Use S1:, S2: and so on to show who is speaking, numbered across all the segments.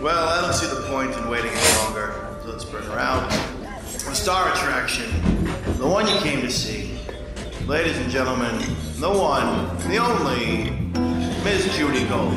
S1: Well, I don't see the point in waiting any longer, so let's bring her out. The star attraction, the one you came to see. Ladies and gentlemen, the one, the only, Miss Judy Gold.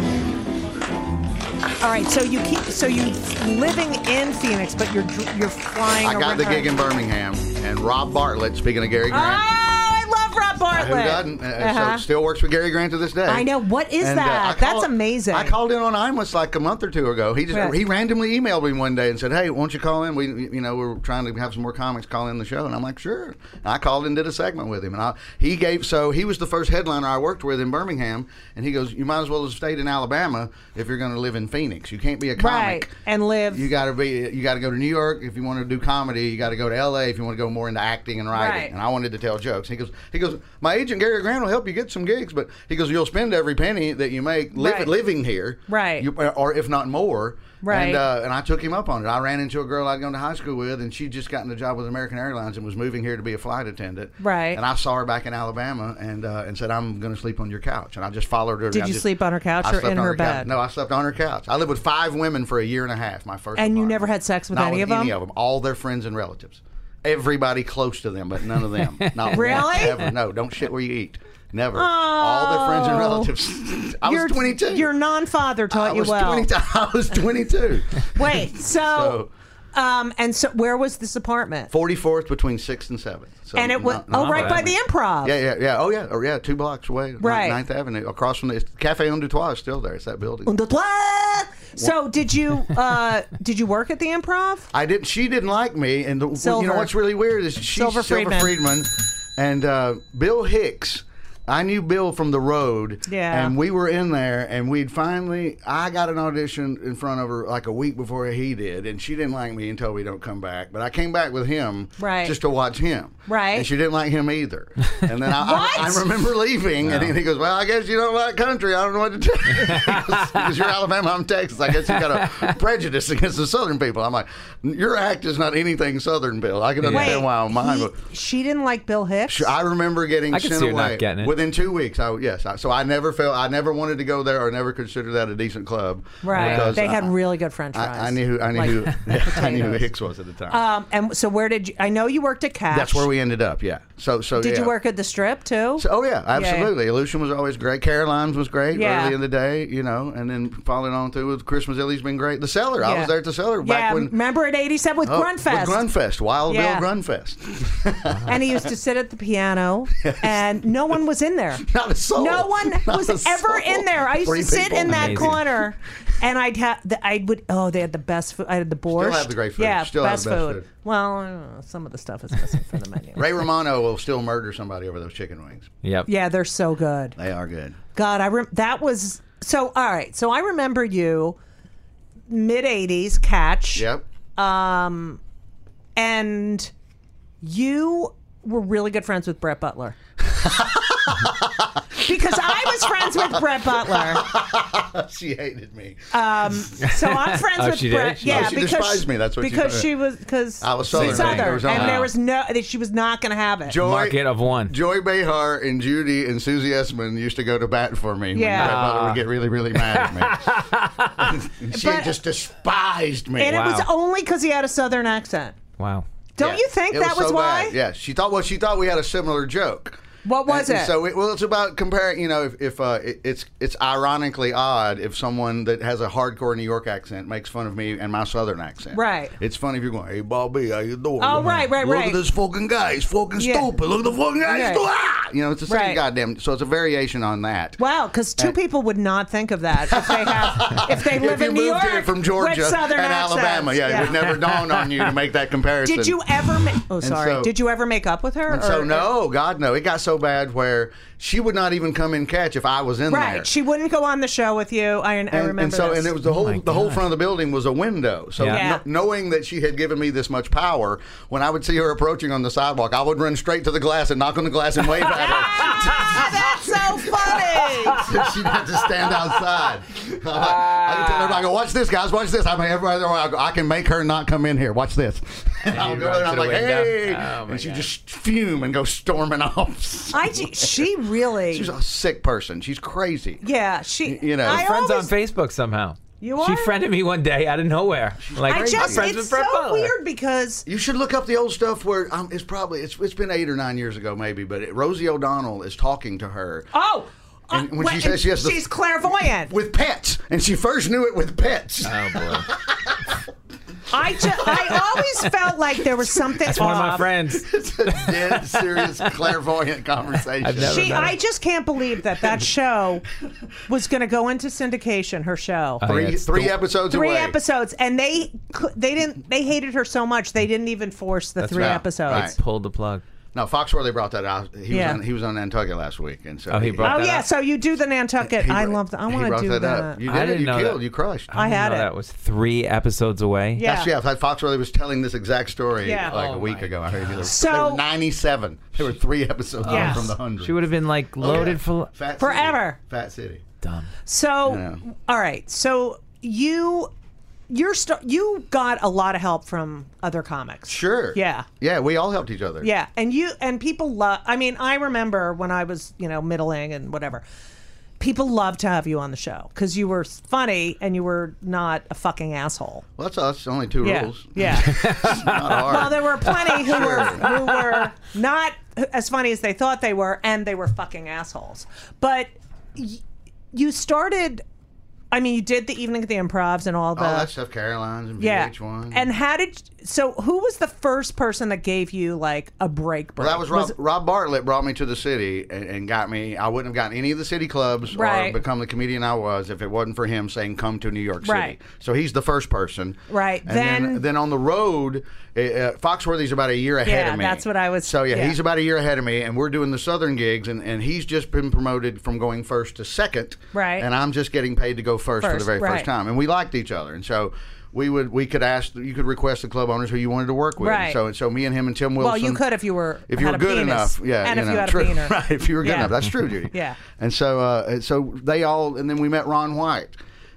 S2: All right, so you keep so you living in Phoenix, but you're dr- you're flying. Oh,
S3: I got the
S2: around-
S3: gig in Birmingham, and Rob Bartlett. Speaking of Gary
S2: Oh,
S3: Grant,
S2: I love Rob Bartlett.
S3: who doesn't? Uh,
S2: Uh-huh.
S3: So still works with Gary Grant to this day.
S2: I know. What is
S3: And, uh,
S2: that?
S3: I
S2: That's
S3: call-
S2: amazing.
S3: I called in on Imus like a month or two ago. He just
S2: Right.
S3: he randomly emailed me one day and said, "Hey, won't you call in? We you know we're trying to have some more comics call in the show." And I'm like, "Sure." And I called and did a segment with him, and I, he gave so he was the first headliner I worked with in Birmingham, and he goes, "You might as well have stayed in Alabama if you're going to live in Phoenix. You can't be a comic
S2: Right, and live-
S3: You got to be you got to go to New York if you want to do comedy. You got to go to L.A. if you want to go more into acting and writing."
S2: Right.
S3: And I wanted to tell jokes. He goes, he goes, "My agent Gary Grant will help you get some gigs, but he goes, you'll spend every penny that you make live,
S2: Right.
S3: living here,
S2: Right.
S3: You, uh, or if not more,
S2: Right.
S3: And, uh, and I took him up on it. I ran into a girl I'd gone to high school with, and she'd just gotten a job with American Airlines and was moving here to be a flight attendant,
S2: Right.
S3: And I saw her back in Alabama, and uh, and said, I'm going to sleep on your couch, and I just followed her.
S2: Did
S3: I
S2: you
S3: just-
S2: sleep on her couch
S3: I
S2: or
S3: slept
S2: in
S3: on
S2: her
S3: couch.
S2: bed?
S3: No, I slept on her couch. I lived with five women for a year and a half. My first.
S2: And you
S3: apartment.
S2: never had sex with
S3: Not
S2: any of
S3: Any
S2: them?
S3: of them. All their friends and relatives. Everybody close to them, but none of them. Not
S2: Really?
S3: once, ever. No, don't shit where you eat. Never. All their friends and
S2: Oh.
S3: relatives. I
S2: Your-
S3: was 22.
S2: Your non-father taught
S3: I
S2: you
S3: was
S2: well.
S3: 22. I was 22.
S2: Wait, so,
S3: So-
S2: um, and so where was this apartment?
S3: 44th between 6th and 7th. So
S2: and it was
S3: not-
S2: oh,
S3: not
S2: right
S3: bad.
S2: by the improv.
S3: Yeah, yeah, yeah. Oh, yeah. Oh, yeah. Two blocks away.
S2: Right.
S3: Ninth Avenue. Across from the it's Cafe Undertois is still there. It's that building.
S2: On the toilet. So did you uh, did you work at the improv?
S3: I didn't. She didn't like me, and the,
S2: Silver.
S3: you know what's really weird is she's
S2: Silver
S3: Silver,
S2: Friedman.
S3: Friedman. and uh, Bill Hicks. I knew Bill from the road,
S2: Yeah.
S3: and we were in there, and we'd finally. I got an audition in front of her like a week before he did, and she didn't like me and told me don't come back. But I came back with him,
S2: Right.
S3: just to watch him,
S2: Right.
S3: And she didn't like him either. And then I, I,
S2: What?
S3: I remember leaving, and he- he goes, "Well, I guess you don't like country. I don't know what to tell you because you're Alabama, I'm Texas. I guess you got a prejudice against the Southern people." I'm like, "Your act is not anything Southern, Bill. I can understand
S2: Wait,
S3: why on mine."
S2: he-
S3: but-
S2: she didn't like Bill Hicks.
S3: I remember getting
S4: I can
S3: sent
S4: see her not
S3: away
S4: getting it.
S3: within two weeks. I, yes, I, so I never felt I never wanted to go there or never considered that a decent club.
S2: right,
S3: because
S2: they
S3: I-
S2: had really good French fries.
S3: I, I knew who I knew
S2: Like,
S3: who, I knew who
S2: potatoes.
S3: Hicks was at the time.
S2: Um, and so where did you? I know you worked at Cash.
S3: That's where we ended up. Yeah. So so
S2: Did
S3: yeah.
S2: you work at the Strip too?
S3: So- oh yeah, absolutely. Illusion was always great. Caroline's was great
S2: Yeah.
S3: early in the day, you know, and then following on through with Christmas Illy's been great. The cellar, I
S2: Yeah.
S3: was there at the cellar
S2: yeah,
S3: back when
S2: remember at '87 with
S3: oh,
S2: Grunfest,
S3: with Grunfest, Wild
S2: Yeah.
S3: Bill Grunfest.
S2: and he used to sit at the piano, and no one was in there.
S3: Not a soul.
S2: No one
S3: Not
S2: was
S3: a
S2: ever
S3: soul.
S2: in there. I used
S3: Three
S2: to sit
S3: people.
S2: in that
S4: Amazing.
S2: corner, and I'd have the, I would oh they had the best food. I had the borscht.
S3: have the great food.
S2: Yeah,
S3: Still have
S2: best,
S3: the best
S2: food.
S3: food.
S2: Well, I don't know, some of the stuff is missing from the menu.
S3: Ray Romano will still murder somebody over those chicken wings.
S4: Yep.
S2: Yeah, they're so good.
S3: They are good.
S2: God, I rem- that was so. All right, so I remember you, mid '80s catch. Um,
S3: Yep.
S2: and you were really good friends with Brett Butler. because I was friends with Brett Butler,
S3: She hated me.
S2: Uh, so I'm friends
S4: Oh,
S2: with
S4: she did?
S2: Brett.
S4: She-
S2: Yeah,
S3: she
S2: because
S3: despised me, that's what she
S2: because
S3: thought.
S2: she was because
S3: I was Southern,
S2: Southern,
S3: there was
S2: and
S3: only-
S2: there was no that she was not going to have it.
S3: Joy,
S4: Market of one.
S3: Joy Behar and Judy and Susie Essman used to go to bat for me.
S2: Yeah.
S3: Yeah. My brother would get really, really mad at me. she
S2: But-
S3: just despised me.
S2: and it was
S4: Wow.
S2: only because he had a Southern accent.
S4: Wow.
S2: Don't
S3: Yeah.
S2: you think
S3: It
S2: that was,
S3: so
S2: why?
S3: bad. Yeah, she thought. Well, she thought we had a similar joke.
S2: What was
S3: And-
S2: it?
S3: and So it, well, it's about comparing. You know, if, if uh, it, it's it's ironically odd if someone that has a hardcore New York accent makes fun of me and my Southern accent.
S2: Right.
S3: It's funny if you're going, "Hey, Bobby, how you doing?"
S2: Oh, right, right,
S3: Look
S2: right.
S3: at this fucking guy. He's fucking
S2: Yeah.
S3: stupid. Look at the fucking guy.
S2: Right.
S3: He's stupid. Ah! You know, it's the same
S2: Right.
S3: goddamn. So it's a variation on that.
S2: Wow, because two people would not think of that if they have if they live
S3: if you
S2: in New
S3: moved
S2: York
S3: here from Georgia
S2: with Southern
S3: and
S2: accents.
S3: Alabama, yeah,
S2: Yeah.
S3: it would never dawn on you to make that comparison.
S2: Did you ever make? Oh,
S3: And
S2: sorry.
S3: so-
S2: Did you ever make up with her?
S3: And so
S2: or-
S3: no, God no. It got so bad where she would not even come in catch if I was in
S2: Right.
S3: there.
S2: She wouldn't go on the show with you. I, I
S3: and,
S2: remember
S3: and so
S2: this.
S3: and it was the whole the whole front of the building was a window. So
S4: Oh Yeah.
S3: kn-
S2: Yeah.
S3: knowing that she had given me this much power, when I would see her approaching on the sidewalk, I would run straight to the glass and knock on the glass and wave at her.
S2: Ah, that's so funny.
S3: She'd have to stand outside. I can tell everybody, I go, watch this, guys, watch this. I mean, everybody, I, go, I can make her not come in here. Watch this. I'll
S4: you
S3: go
S4: run
S3: there and I'm
S4: to the
S3: like,
S4: window.
S3: hey,
S4: Oh, my
S3: and she
S4: God.
S3: just fume and go storming off.
S2: I, ju- she really.
S3: She's a sick person. She's crazy.
S2: yeah, she.
S3: You know,
S2: I
S4: friends
S2: always,
S4: on Facebook somehow.
S2: You
S4: She
S2: are?
S4: friended me one day out of nowhere. Like
S2: I
S4: I'm
S2: just.
S4: friends
S2: It's
S4: with
S2: so
S4: Brett Butler.
S2: weird because
S3: You should look up the old stuff where um, it's probably it's, it's been eight or nine years ago maybe, but it, Rosie O'Donnell is talking to her
S2: oh, uh,
S3: And when she
S2: wait,
S3: says
S2: and
S3: she has the-
S2: she's clairvoyant.
S3: with pets, and she first knew it with pets.
S4: Oh boy.
S2: I ju- I always felt like there was something.
S4: That's one of my
S2: off.
S4: friends.
S3: it's a dead serious clairvoyant conversation.
S4: I've never-
S2: She,
S4: about
S2: I
S4: it.
S2: just can't believe that that show was going to go into syndication. Her show,
S4: Oh, yeah,
S3: three
S4: it's
S3: three
S4: the-
S3: episodes
S2: three
S3: away.
S2: episodes, and they cou- they didn't they hated her so much they didn't even force the three
S3: right.
S2: episodes.
S3: Right.
S4: Pulled the plug.
S3: No, Foxworthy brought that out. He
S2: Yeah.
S3: was on, he was on Nantucket last week, and so
S4: Oh, he brought
S2: Oh
S4: that
S2: yeah,
S4: up.
S2: so you do the Nantucket.
S3: he
S2: I
S3: brought-
S2: love. that. I
S3: he
S2: want
S3: brought
S2: to do that.
S3: Up. You
S4: I
S3: did it.
S4: didn't
S3: You
S4: know
S3: killed.
S4: that.
S3: You crushed.
S2: I had
S4: know
S2: it.
S4: That was three episodes away.
S2: Yeah.
S3: That's, yeah, I thought Foxworthy was telling this exact story
S2: Yeah.
S3: like
S4: Oh,
S3: a week
S4: my
S3: ago. I heard you. There were-
S2: So-
S3: there were 97. There were three episodes on
S2: Yes.
S3: from the 100.
S4: She would have been like loaded for
S3: Fat
S2: Forever.
S3: City. Fat City.
S4: dumb.
S2: So,
S3: know.
S2: all right. So you, you're st- you got a lot of help from other comics.
S3: Sure.
S2: Yeah.
S3: Yeah, we all helped each other.
S2: Yeah, and you and people love. I mean, I remember when I was you know middling and whatever. People loved to have you on the show because you were funny and you were not a fucking asshole.
S3: Well, that's us. Only two
S2: Yeah,
S3: rules.
S2: yeah.
S3: Not hard.
S2: well, there were plenty who were who were not as funny as they thought they were, and they were fucking assholes. But y- you started. I mean, you did the evening at the Improvs and all the
S3: all that stuff, Caroline's and
S2: yeah.
S3: VH1.
S2: And how did so? Who was the first person that gave you like a break? break?
S3: Well, that was Rob, Rob Bartlett brought me to the city and, and got me. I wouldn't have gotten any of the city clubs
S2: Right.
S3: or become the comedian I was if it wasn't for him saying, "Come to New York City."
S2: Right.
S3: So he's the first person.
S2: Right.
S3: And then
S2: Then-
S3: then, on the road, uh, uh, Foxworthy's about a year ahead
S2: Yeah,
S3: of me.
S2: that's what I was-
S3: So yeah,
S2: yeah.
S3: he's about a year ahead of me, and we're doing the southern gigs, and, and he's just been promoted from going first to second.
S2: Right.
S3: And I'm just getting paid to go first, for
S2: First,
S3: the very
S2: right.
S3: first time, and we liked each other, and so. We would we could ask you could request the club owners who you wanted to work with.
S2: Right.
S3: So so me and him and Tim Wilson.
S2: Well, you could if you were
S3: if you
S2: had
S3: were
S2: a
S3: good
S2: penis.
S3: enough, yeah,
S2: and
S3: you
S2: if
S3: know,
S2: you had
S3: true.
S2: a beaner,
S3: right? If you were good
S2: Yeah.
S3: enough, that's true, Judy.
S2: Yeah.
S3: And so, uh, and so they all, and then we met Ron White.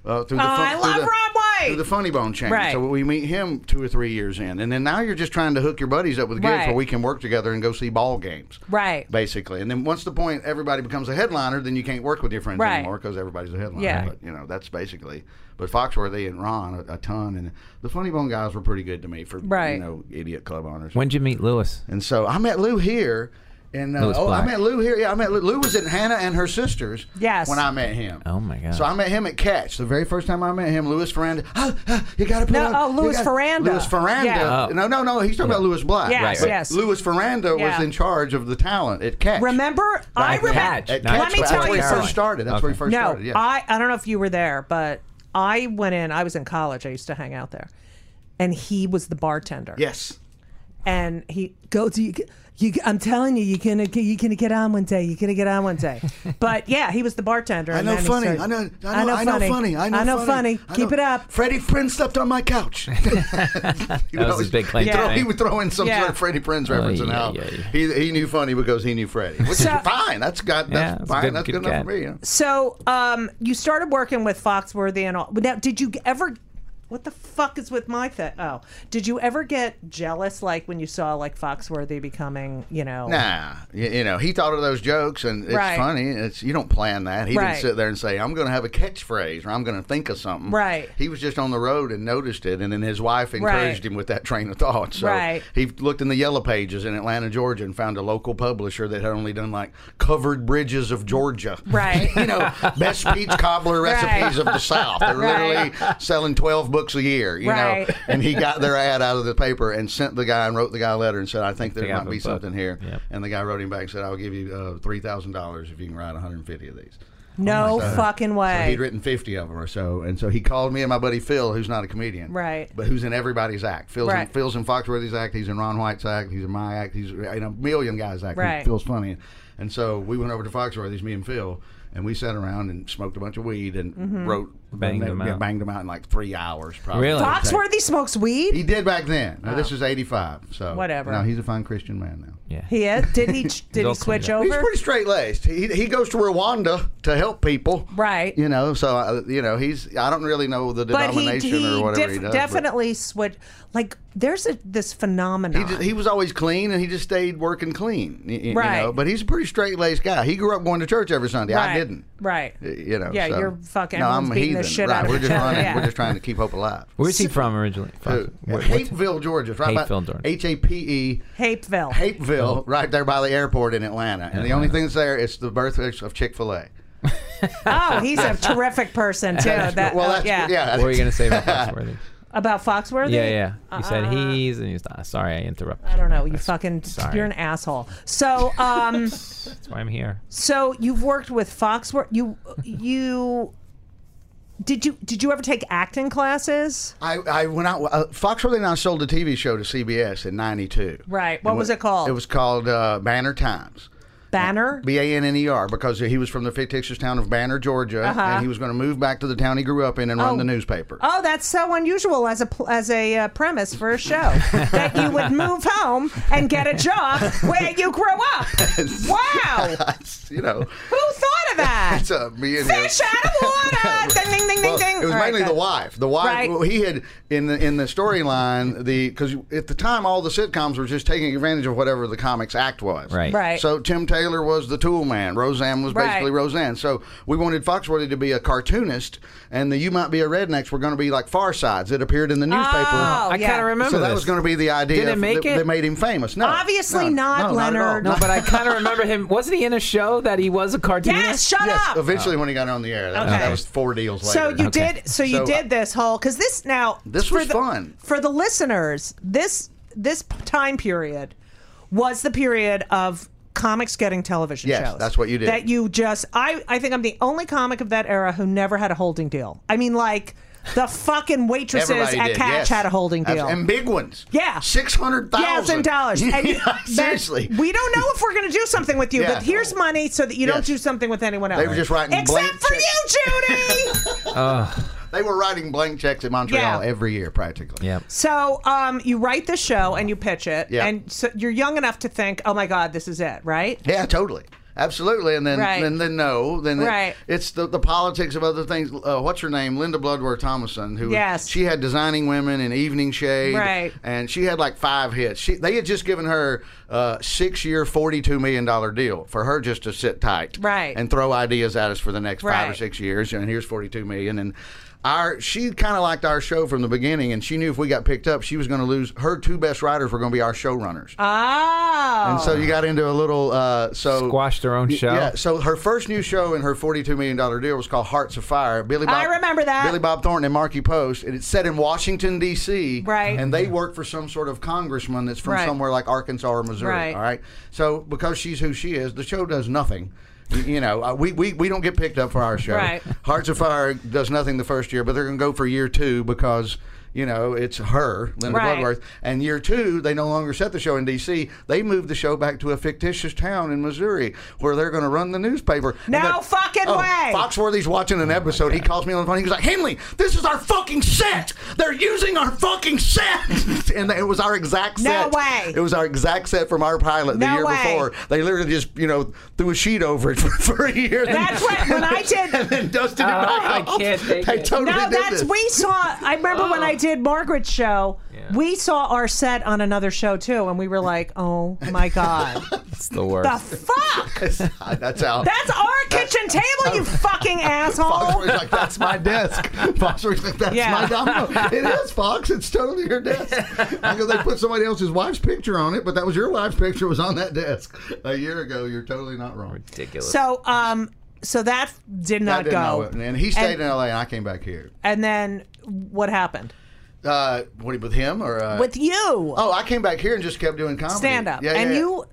S3: Uh, through the
S2: Oh,
S3: fun-
S2: I
S3: through
S2: love
S3: the-
S2: Ron White!
S3: Through the Funny Bone chain.
S2: Right.
S3: So we meet him two or three years in, and then now you're just trying to hook your buddies up with gigs
S2: Right.
S3: where we can work together and go see ball games.
S2: Right.
S3: Basically, and then once the point everybody becomes a headliner, then you can't work with your friends
S2: Right.
S3: anymore because everybody's a headliner.
S2: Yeah.
S3: But you know that's basically. But Foxworthy and Ron a, a ton, and the Funny Bone guys were pretty good to me for
S2: Right.
S3: you know idiot club owners.
S4: When'd you meet Lewis?
S3: And so I met Lou here. And uh,
S4: Louis
S3: oh, I
S4: Black.
S3: met Lou here. Yeah, I met Lou. Lou was in Hannah and her sisters.
S2: Yes.
S3: When I met him.
S4: Oh, my God.
S3: So I met him at Catch the very first time I met him. Louis Ferranda. Oh, oh, you got to put
S2: No,
S3: on-
S2: oh,
S3: you
S2: Louis
S3: gotta-
S2: Ferranda.
S3: Louis Ferranda.
S2: Yeah.
S4: Oh.
S3: No, no, no. He's talking about Louis Black.
S2: Yes,
S4: Right,
S3: But
S4: right.
S2: yes.
S3: Louis Ferranda
S2: Yeah.
S3: was in charge of the talent at Catch.
S2: Remember, I
S4: At
S2: remember.
S4: Catch.
S3: At
S4: Not
S3: Catch.
S2: Let me
S3: that's
S2: tell
S3: where
S2: you
S3: he
S2: something.
S3: first started. That's where he first
S2: no,
S3: started. Yeah.
S2: I I don't know if you were there, but I went in. I was in college. I used to hang out there, and he was the bartender.
S3: yes.
S2: and he goes. You, you, I'm telling you, you're gonna you're gonna get on one day. You're gonna get on one day. But yeah, he was the bartender.
S3: I
S2: and
S3: know
S2: then he
S3: funny.
S2: started-
S3: I know. I know. I know funny. I know.
S2: funny.
S3: I
S2: Keep
S3: know-
S2: it up.
S3: Freddie Prinz slept on my couch. that
S4: was his big claim
S3: He,
S4: to
S3: throw,
S4: fame. Oh,
S3: he would throw in some
S2: Yeah.
S3: sort of Freddie Prinz reference, and
S4: yeah,
S3: how
S4: yeah, yeah.
S3: he he knew funny because he knew Freddie, which
S2: So-
S3: is fine. That's got
S4: Yeah,
S3: that's
S4: that's a
S3: fine.
S4: good-
S3: that's good,
S4: good
S3: enough
S4: guy.
S3: for me. yeah.
S2: So, um, you started working with Foxworthy and all. Now, did you ever? What the fuck is with my thing? Oh, did you ever get jealous, like when you saw like Foxworthy becoming, you know?
S3: Nah, you, you know he thought of those jokes, and it's
S2: Right.
S3: funny. It's you don't plan that. He
S2: Right.
S3: didn't sit there and say, "I'm going to have a catchphrase" or "I'm going to think of something."
S2: Right.
S3: He was just on the road and noticed it, and then his wife encouraged
S2: Right.
S3: him with that train of thought. So
S2: Right.
S3: he looked in the yellow pages in Atlanta, Georgia, and found a local publisher that had only done like covered bridges of Georgia.
S2: Right.
S3: you know, best peach cobbler recipes of the South. They're
S2: Right.
S3: literally selling twelve books a year. You
S2: Right.
S3: know, and he got their ad out of the paper and sent the guy and wrote the guy a letter and said, "I think there
S4: Pick up
S3: might
S4: a
S3: be
S4: book.
S3: something here."
S4: Yep.
S3: And the guy wrote him back and said, "I'll give you uh, three thousand dollars if you can write 150 of these."
S2: No fucking
S3: Oh So
S2: way.
S3: he'd written 50 of them or so, and so he called me and my buddy Phil, who's not a comedian,
S2: Right.
S3: But who's in everybody's act. Phil's, in,
S2: Right.
S3: Phil's in Foxworthy's act. He's in Ron White's act. He's in my act. He's in a million guys' act.
S2: Right.
S3: Phil's funny. And so we went over to Foxworthy's, me and Phil, and we sat around and smoked a bunch of weed and
S2: Mm-hmm.
S3: wrote
S4: Banged
S3: and
S4: them
S3: they-
S4: out.
S3: banged them out in like three hours. Probably.
S4: Really?
S3: Okay.
S2: Foxworthy smokes weed.
S3: He did back then. Now, this is '85, so
S2: Whatever.
S3: No, he's a fine Christian man now.
S4: Yeah.
S2: He is. Did he? Did he
S4: all
S2: switch
S4: cleaned
S3: He's
S2: over?
S3: pretty straight laced. He, he goes to Rwanda to help people.
S2: Right.
S3: You know, so, uh, you know, he's, I don't really know the
S2: But he,
S3: denomination
S2: he
S3: or whatever
S2: def-
S3: he does. but
S2: definitely switch. Like there's a this phenomenon.
S3: He, just, he was always clean and he just stayed working clean. y- y- You,
S2: Right.
S3: know, but he's a pretty straight laced guy. He grew up going to church every Sunday. I
S2: Right.
S3: didn't.
S2: Right.
S3: Y- You know,
S2: Yeah,
S3: so-
S2: you're fucking-
S3: No, I'm
S2: everyone's
S3: a
S2: beating the
S3: heathen.
S2: shit
S3: right.
S2: out of
S3: we're,
S2: each
S3: just
S2: other,
S3: trying,
S2: yeah.
S3: we're just trying to keep hope alive.
S4: Where's he from originally?
S3: Who-
S4: Fuck. What- what's-
S3: Hapeville, Georgia. It's right
S4: Hapeville,
S3: by
S4: Georgia. Oh.
S3: H A P E.
S2: Hapeville.
S3: Hapeville, right there by the airport in Atlanta. And
S4: Uh-huh.
S3: the only thing that's there is the birthplace of Chick fil A.
S2: oh, he's a terrific person too. That,
S3: well,
S2: uh,
S3: that's,
S2: yeah.
S3: oh, yeah.
S4: What were you gonna say about Foxworthy?
S2: About Foxworthy.
S4: yeah, yeah. You said he's and he's not. Sorry, I interrupted.
S2: Uh, I don't know. You
S4: That's-
S2: fucking.
S4: Sorry.
S2: You're an asshole. So, um,
S4: That's why I'm here.
S2: so you've worked with Foxworth. You, you. Did you did you ever take acting classes?
S3: I, I went out. Uh, Foxworthy and I sold a TV show to CBS in '92.
S2: Right. What was it called?
S3: It was called uh, Banner Times.
S2: Banner.
S3: B A N N E R because he was from the fictitious town of Banner, Georgia, and he was going to move back to the town he grew up in and run
S2: Uh-huh. Oh.
S3: the newspaper.
S2: Oh, that's so unusual as a pl- as a uh, premise for a show that you would move home and get a job where you grew up. Wow,
S3: you know,
S2: who thought of that?
S3: it's uh, me and him.
S2: Fish out of water! ding ding ding
S3: Well,
S2: ding ding.
S3: It was
S2: All right,
S3: mainly
S2: go.
S3: the wife. The wife.
S2: Right.
S3: well, he had in the in the storyline the because at the time all the sitcoms were just taking advantage of whatever the comics act was.
S4: Right.
S2: Right.
S3: So Tim Taylor was the tool man. Roseanne was
S2: Right.
S3: basically Roseanne. So we wanted Foxworthy to be a cartoonist, and the You Might Be a Rednecks were going to be like Far Sides. It appeared in the newspaper.
S2: Oh,
S4: I
S2: yeah.
S4: kind of remember
S3: So that
S4: this.
S3: was going to be the idea
S4: Did it
S3: f-
S4: make
S3: that,
S4: it?
S3: that made him famous. No,
S2: Obviously
S3: no,
S2: not,
S3: no, at all.
S2: Leonard.
S4: No, but I kind of remember him. Wasn't he in a show that he was a cartoonist?
S2: Yes, shut
S3: Yes,
S2: up.
S3: eventually when he got on the air, that,
S2: Okay.
S3: that was four deals later.
S2: So you
S4: Okay.
S2: did. So you
S3: So, uh,
S2: did this whole because this now
S3: This
S2: for
S3: was
S2: the-
S3: fun.
S2: for the listeners. This this time period was the period of comics getting television
S3: Yes,
S2: shows.
S3: that's what you did.
S2: That you just. I I think I'm the only comic of that era who never had a holding deal. I mean, like the fucking waitresses
S3: Everybody
S2: at
S3: did,
S2: Catch
S3: yes.
S2: had a holding
S3: Abs-
S2: deal.
S3: and big ones.
S2: Yeah.
S3: six hundred
S2: Thousand
S3: thousand
S2: dollars.
S3: seriously.
S2: we don't know if we're going to do something with you,
S3: Yeah.
S2: but here's money so that you don't
S3: Yes.
S2: do something with anyone else.
S3: They were just writing
S2: except
S3: blank
S2: for
S3: checks.
S2: you, Judy.
S3: they were writing blank checks at Montreal
S2: Yeah.
S3: every year, practically.
S4: Yep.
S2: So um, you write the show and you pitch it,
S3: Yeah.
S2: and so you're young enough to think, "Oh my God, this is it!" Right?
S3: Yeah, totally. Absolutely, and then
S2: Right.
S3: then then no, then it-
S2: Right.
S3: it's the, the politics of other things. Uh, what's her name? Linda Bloodworth Thomason, who
S2: Yes.
S3: she had designing women and Evening Shade,
S2: Right.
S3: And she had like five hits. She, they had just given her a six year, forty two million dollar deal for her just to sit tight,
S2: Right.
S3: and throw ideas at us for the next five or
S2: Right.
S3: six years. And here's forty two million, and our she kind of liked our show from the beginning, and she knew if we got picked up, she was going to lose her two best writers were going to be our showrunners.
S2: Oh,
S3: And so you got into a little uh, so
S4: Squashed her own
S3: Y-
S4: show?
S3: Yeah. So her first new show in her forty-two million dollar deal was called Hearts of Fire. Billy Bob,
S2: I remember that.
S3: Billy Bob Thornton and Marky Post, and it's set in Washington D.C.
S2: Right.
S3: And they work for some sort of congressman that's from
S2: Right.
S3: somewhere like Arkansas or Missouri.
S2: Right.
S3: All right. So because she's who she is, the show does nothing. Y- You know, uh, we, we, we don't get picked up for our show.
S2: Right.
S3: Hearts of Fire does nothing the first year, but they're going to go for year two because, you know, it's her, Linda
S2: Right.
S3: Bloodworth. And year two, they no longer set the show in D.C. They moved the show back to a fictitious town in Missouri where they're going to run the newspaper. And
S2: No
S3: the-
S2: fucking
S3: oh,
S2: way.
S3: Foxworthy's watching
S4: Oh
S3: an episode. He calls me on the phone. He was like, Henley, this is our fucking set. They're using our fucking set. and it was our exact
S2: No
S3: set.
S2: way.
S3: It was our exact set from our pilot the
S2: No
S3: year
S2: way.
S3: before. They literally just, you know, threw a sheet over it for, for a year.
S2: That's what when I did.
S3: and then dusted it
S4: Oh,
S3: back
S4: I
S3: off.
S4: can't take
S3: They
S4: it.
S3: totally
S2: No,
S3: did
S2: that's
S3: this. Oh.
S2: we saw. I remember when I did Margaret's show. We saw our set on another show too, and we were like, "Oh my God,
S4: It's the
S2: the
S4: worst.
S2: fuck!
S3: that's how.
S2: That's our kitchen table, you fucking asshole!"
S3: Foxworthy's like, that's my desk. Foxworthy's like, that's
S2: Yeah.
S3: my domino. It is, Fox. It's totally your desk. I go, they put somebody else's wife's picture on it, but that was your wife's picture. It was on that desk a year ago. You're totally not wrong.
S4: Ridiculous.
S2: So, um, so that did
S3: I
S2: not
S3: didn't know
S2: go.
S3: it. And he stayed
S2: And-
S3: in L.A. and I came back here.
S2: And then what happened
S3: Uh, what, with him or? Uh,
S2: with you?
S3: oh, I came back here and just kept doing comedy.
S2: stand up.
S3: Yeah,
S2: and
S3: yeah.
S2: you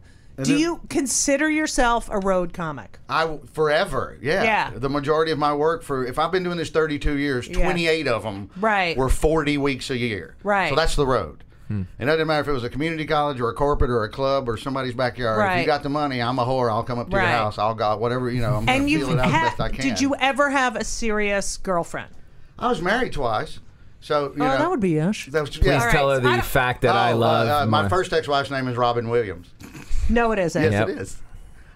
S2: do you consider yourself a road comic?
S3: I forever, yeah.
S2: Yeah.
S3: The majority of my work for if I've been doing this 32 years,
S2: Yeah.
S3: 28 of them
S2: Right.
S3: were 40 weeks a year.
S2: Right.
S3: So that's the road. And it doesn't matter if it was a community college or a corporate or a club or somebody's backyard. If
S2: Right.
S3: you got the money, I'm a whore. I'll come up to
S2: Right.
S3: your house. I'll go whatever you know.
S2: And
S3: I'm gonna
S2: you
S3: feel it out
S2: ha-
S3: the best I can.
S2: did you ever have a serious girlfriend?
S3: I was married twice, so you
S2: oh,
S3: know
S2: that would be Ash.
S3: that was-
S4: Please
S3: yeah.
S4: tell her
S2: right, so I
S4: the
S2: don't-
S4: fact that I
S3: Oh,
S4: love
S3: uh, uh, my, first ex-wife's name is Robin Williams.
S2: No, it isn't.
S3: Yes,
S4: Yep.
S3: it is.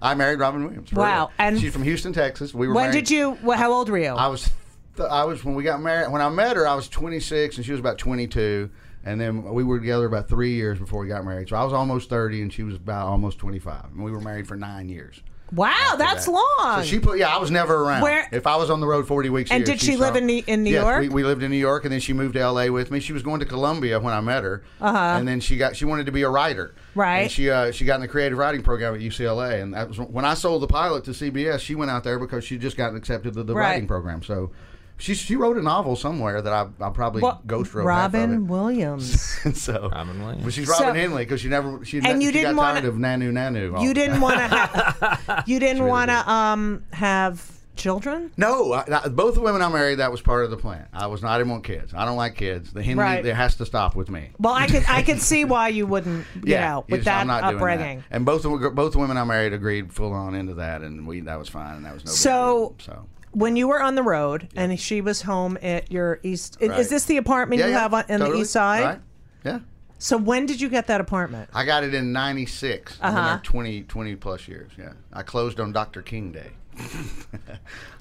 S3: I married Robin Williams. for
S2: Wow,
S3: real.
S2: and-
S3: she's from Houston, Texas. We were.
S2: When
S3: married-
S2: did you? Well, how old were you?
S3: I was, th- I was when we got married. When I met her, I was 26 and she was about 22, and then we were together about three years before we got married. So I was almost 30 and she was about almost 25, and we were married for nine years.
S2: wow, that's
S3: that.
S2: long.
S3: So she put, yeah, I was never around.
S2: Oh. Where-
S3: if I was on the road 40 weeks. a
S2: And
S3: year,
S2: did she live in New- in New
S3: Yes,
S2: York?
S3: We, we lived in New York, and then she moved to L.A. with me. She was going to Columbia when I met her, uh-huh. and then she got she wanted to be a writer.
S2: Right.
S3: And she uh, she got in the creative writing program at UCLA, and that was when I sold the pilot to CBS. She went out there because she just gotten accepted to the
S2: Right.
S3: writing program. So. She, she wrote a novel somewhere that I, I probably
S2: What-
S3: ghost wrote half of
S2: Robin
S3: it.
S2: Williams.
S3: so
S4: Robin Williams.
S3: but she's
S2: So-
S3: Robin Henley because she never she,
S2: And you
S3: she
S2: didn't
S3: got
S2: wanna-
S3: tired of Nanu Nanu. all
S2: you
S3: the time.
S2: didn't want to. have You didn't want to um have children.
S3: No, I, I- both the women I married, that was part of the plan. I was not. I didn't want kids. I don't like kids. The Henley,
S2: Right.
S3: it has to stop with me.
S2: Well, I could I could see why you wouldn't. You know,
S3: you
S2: with
S3: just-
S2: that
S3: I'm not doing
S2: upbringing.
S3: that. And both the- both the women I married agreed full on into that, and we that was fine, and that was no. big
S2: So-
S3: deal. so
S2: When you were on the road and she was home at your east, i-
S3: Right.
S2: is this the apartment you have on in the
S3: totally.
S2: east side?
S3: Right. Yeah,
S2: So when did you get that apartment?
S3: I got it in '96. I've
S2: Uh-huh.
S3: been there 20, 20 plus years. Yeah, I closed on Dr. King Day.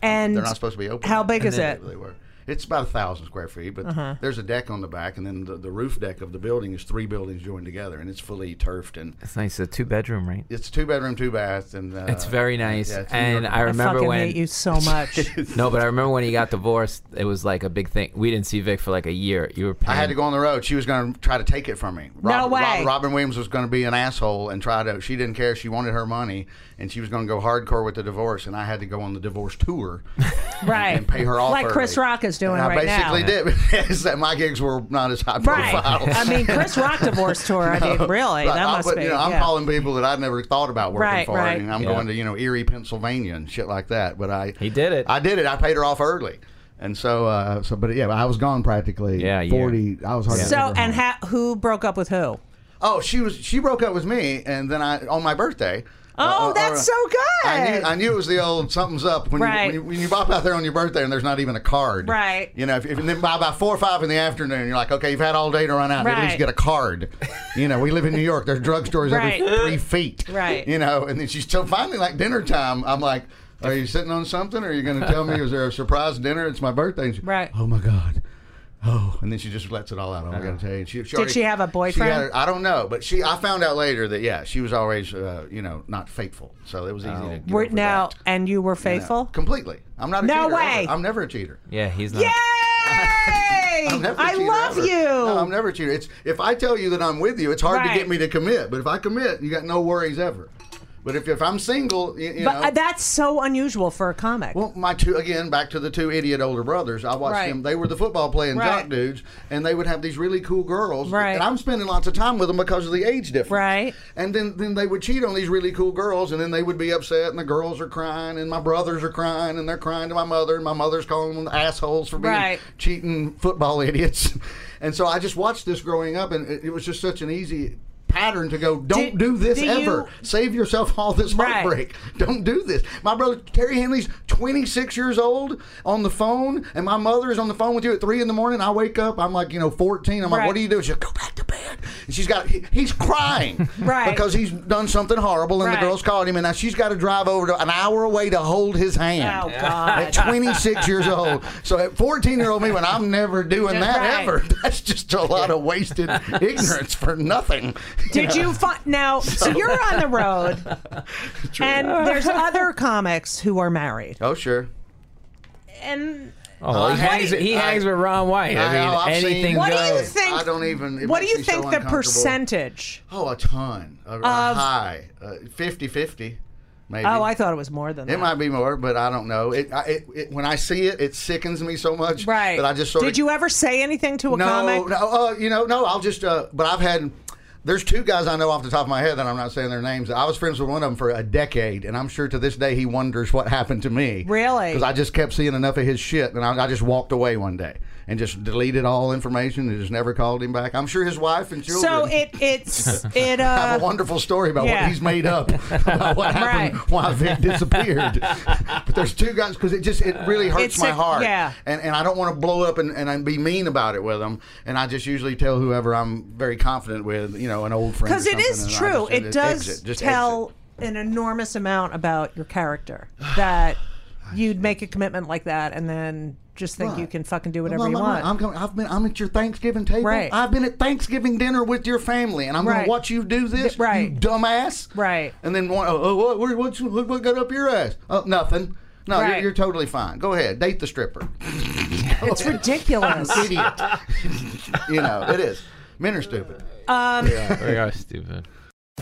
S2: And
S3: They're not supposed to be open.
S2: how big
S3: And
S2: is
S3: then-
S2: it? Uh-huh.
S3: They were. It's about a thousand square feet, but there's a deck on the back, and then the, the roof deck of the building is three buildings joined together, and it's fully turfed and
S4: It's nice. A two bedroom, right?
S3: It's two bedroom, two bath, and uh,
S4: It's very nice.
S3: yeah, it's New
S4: and
S3: York.
S4: I
S2: I
S4: remember
S2: fucking
S4: when
S2: hate you so much.
S4: no, but I remember when he got divorced. It was like a big thing. We didn't see Vic for like a year. You were.
S3: I
S4: Paying.
S3: had to go on the road. She was going to try to take it from me. Rob-
S2: way.
S3: Rob- Robin Williams was going to be an asshole and try to. She didn't care. She wanted her money, and she was going to go hardcore with the divorce. And I had to go on the divorce tour
S2: right.
S3: and pay her off.
S2: like
S3: early.
S2: Chris Rock is doing
S3: And I
S2: right now.
S3: basically did. Is that my gigs were not as high
S2: Right.
S3: profile.
S2: I mean, Chris Rock divorce tour. I mean, really,
S3: But
S2: that
S3: I'm,
S2: must
S3: but,
S2: be.
S3: you know, I'm
S2: yeah.
S3: calling people that I'd never thought about working
S2: Right,
S3: for,
S2: right.
S3: and I'm
S4: Yeah.
S3: going to you know Erie, Pennsylvania, and shit like that. But I
S4: He did it.
S3: I did it. I paid her off early, and so uh, so. But yeah, I was gone practically.
S4: Yeah, a year.
S3: forty. I was hardly
S2: So
S3: ever
S2: and
S3: home.
S2: ha- who broke up with who?
S3: oh, she was she broke up with me, and then I on my birthday. Uh,
S2: Oh, that's so good.
S3: I knew, I knew it was the old something's up when,
S2: Right.
S3: you, when, you, when you bop out there on your birthday and there's not even a card.
S2: Right.
S3: You know, if, if, and then by, by four or five in the afternoon, you're like, okay, you've had all day to run out. At
S2: Right.
S3: least get a card. you know, we live in New York. There's drugstores
S2: Right.
S3: every three feet.
S2: Right.
S3: You know, and then she's till finally like dinner time. I'm like, are you sitting on something? Or are you going to tell me? Is there a surprise dinner? It's my birthday. And she,
S2: Right.
S3: Oh my God. Oh, and then she just lets it all out. Oh, I gotta tell you. And She, she already-
S2: she have a
S3: she got
S2: boyfriend?
S3: her- I don't know, but she. I found out later that yeah, she was always uh, you know not faithful, so it was easy to get
S2: Were,
S3: over
S2: now
S3: that.
S2: and you were
S3: You know,
S2: faithful.
S3: completely. I'm not a
S2: No
S3: cheater.
S2: way.
S3: ever. I'm never a cheater.
S4: yeah, he's not.
S2: Yay!
S3: I'm never a
S2: I
S3: cheater
S2: love
S3: ever.
S2: you.
S3: No, I'm never a cheater. It's if I tell you that I'm with you, it's hard
S2: Right.
S3: to get me to commit. But if I commit, you got no worries ever. But if, if I'm single, you, you
S2: but
S3: know,
S2: uh, that's so unusual for a comic.
S3: Well, my two again back to the two idiot older brothers. I watched
S2: Right.
S3: them. They were the football playing
S2: Right.
S3: jock dudes, and they would have these really cool girls.
S2: Right.
S3: And I'm spending lots of time with them because of the age difference.
S2: Right.
S3: And then then they would cheat on these really cool girls, and then they would be upset, and the girls are crying, and my brothers are crying, and they're crying to my mother, and my mother's calling them assholes for being
S2: Right.
S3: cheating football idiots. and so I just watched this growing up, and it, it was just such an easy. Pattern to go. Don't
S2: Did-
S3: do this
S2: do
S3: ever.
S2: you-
S3: Save yourself all this
S2: Right.
S3: heartbreak. Don't do this. My brother Terry Henley's 26 years old on the phone, and my mother is on the phone with you at three in the morning. I wake up, I'm like, you know, 14. I'm like,
S2: Right.
S3: what do you do? She'll go back to bed. And she's got, he- he's crying
S2: Right.
S3: because he's done something horrible, and
S2: Right.
S3: the girls called him, and now she's got to drive over to an hour away to hold his hand.
S2: Oh, God.
S3: At 26 years old. So at 14 year old me, when I'm never doing that
S2: Right.
S3: ever, that's just a lot of wasted ignorance for nothing.
S2: Did you find now? So you're on the road, and there's other comics who are married,
S3: Oh, sure.
S2: and
S4: Oh, he
S3: I-
S4: hangs. He
S3: I-
S4: hangs with Ron White. I, mean,
S3: I- I've seen-
S4: anything
S2: What do you
S4: goes.
S2: think-
S3: I don't even. it
S2: what do
S3: makes
S2: you
S3: me so
S2: think the
S3: uncomfortable.
S2: percentage?
S3: Oh, a ton. A, a high. Uh, 50 50, maybe.
S2: Oh, I thought it was more than
S3: It
S2: that.
S3: might be more, but I don't know. It, I, it, it when I see it, it sickens me so much.
S2: right.
S3: That I just sort
S2: Did
S3: of.
S2: you ever say anything to a
S3: no,
S2: comic?
S3: no, uh, you know, no. I'll just. Uh, but I've had. There's two guys I know off the top of my head that I'm not saying their names. I was friends with one of them for a decade, and I'm sure to this day he wonders what happened to me.
S2: Really?
S3: Because I just kept seeing enough of his shit, and I, I just walked away one day. and just deleted all information and just never called him back. I'm sure his wife and children
S2: So it it's it
S3: have a
S2: uh
S3: wonderful story about
S2: yeah.
S3: what he's made up about what happened,
S2: Right.
S3: why Vic disappeared. but there's two guys because it just it really hurts
S2: It's
S3: my
S2: a-
S3: heart.
S2: yeah.
S3: and and I don't want to blow up and and I'd be mean about it with them. And I just usually tell whoever I'm very confident with, you know, an old friend. or
S2: because it is
S3: something, and I
S2: true.
S3: just-
S2: It does
S3: exit, just
S2: tell an
S3: exit.
S2: enormous amount about your character that you'd make a commitment like that and then just think you
S3: Right.
S2: can fucking do
S3: Blah,
S2: whatever you
S3: blah, blah.
S2: want.
S3: I'm coming. I've been. I'm at your Thanksgiving table.
S2: Right.
S3: I've been at Thanksgiving dinner with your family, and I'm going
S2: Right.
S3: to watch you do this.
S2: Right.
S3: You dumbass.
S2: Right.
S3: And then one, oh, oh, what, what, what, what, what got up your ass? Oh, nothing. No,
S2: Right.
S3: you're, you're totally fine. Go ahead, date the stripper.
S2: it's ridiculous.
S3: Idiot. you know it is. Men are stupid.
S4: We are stupid.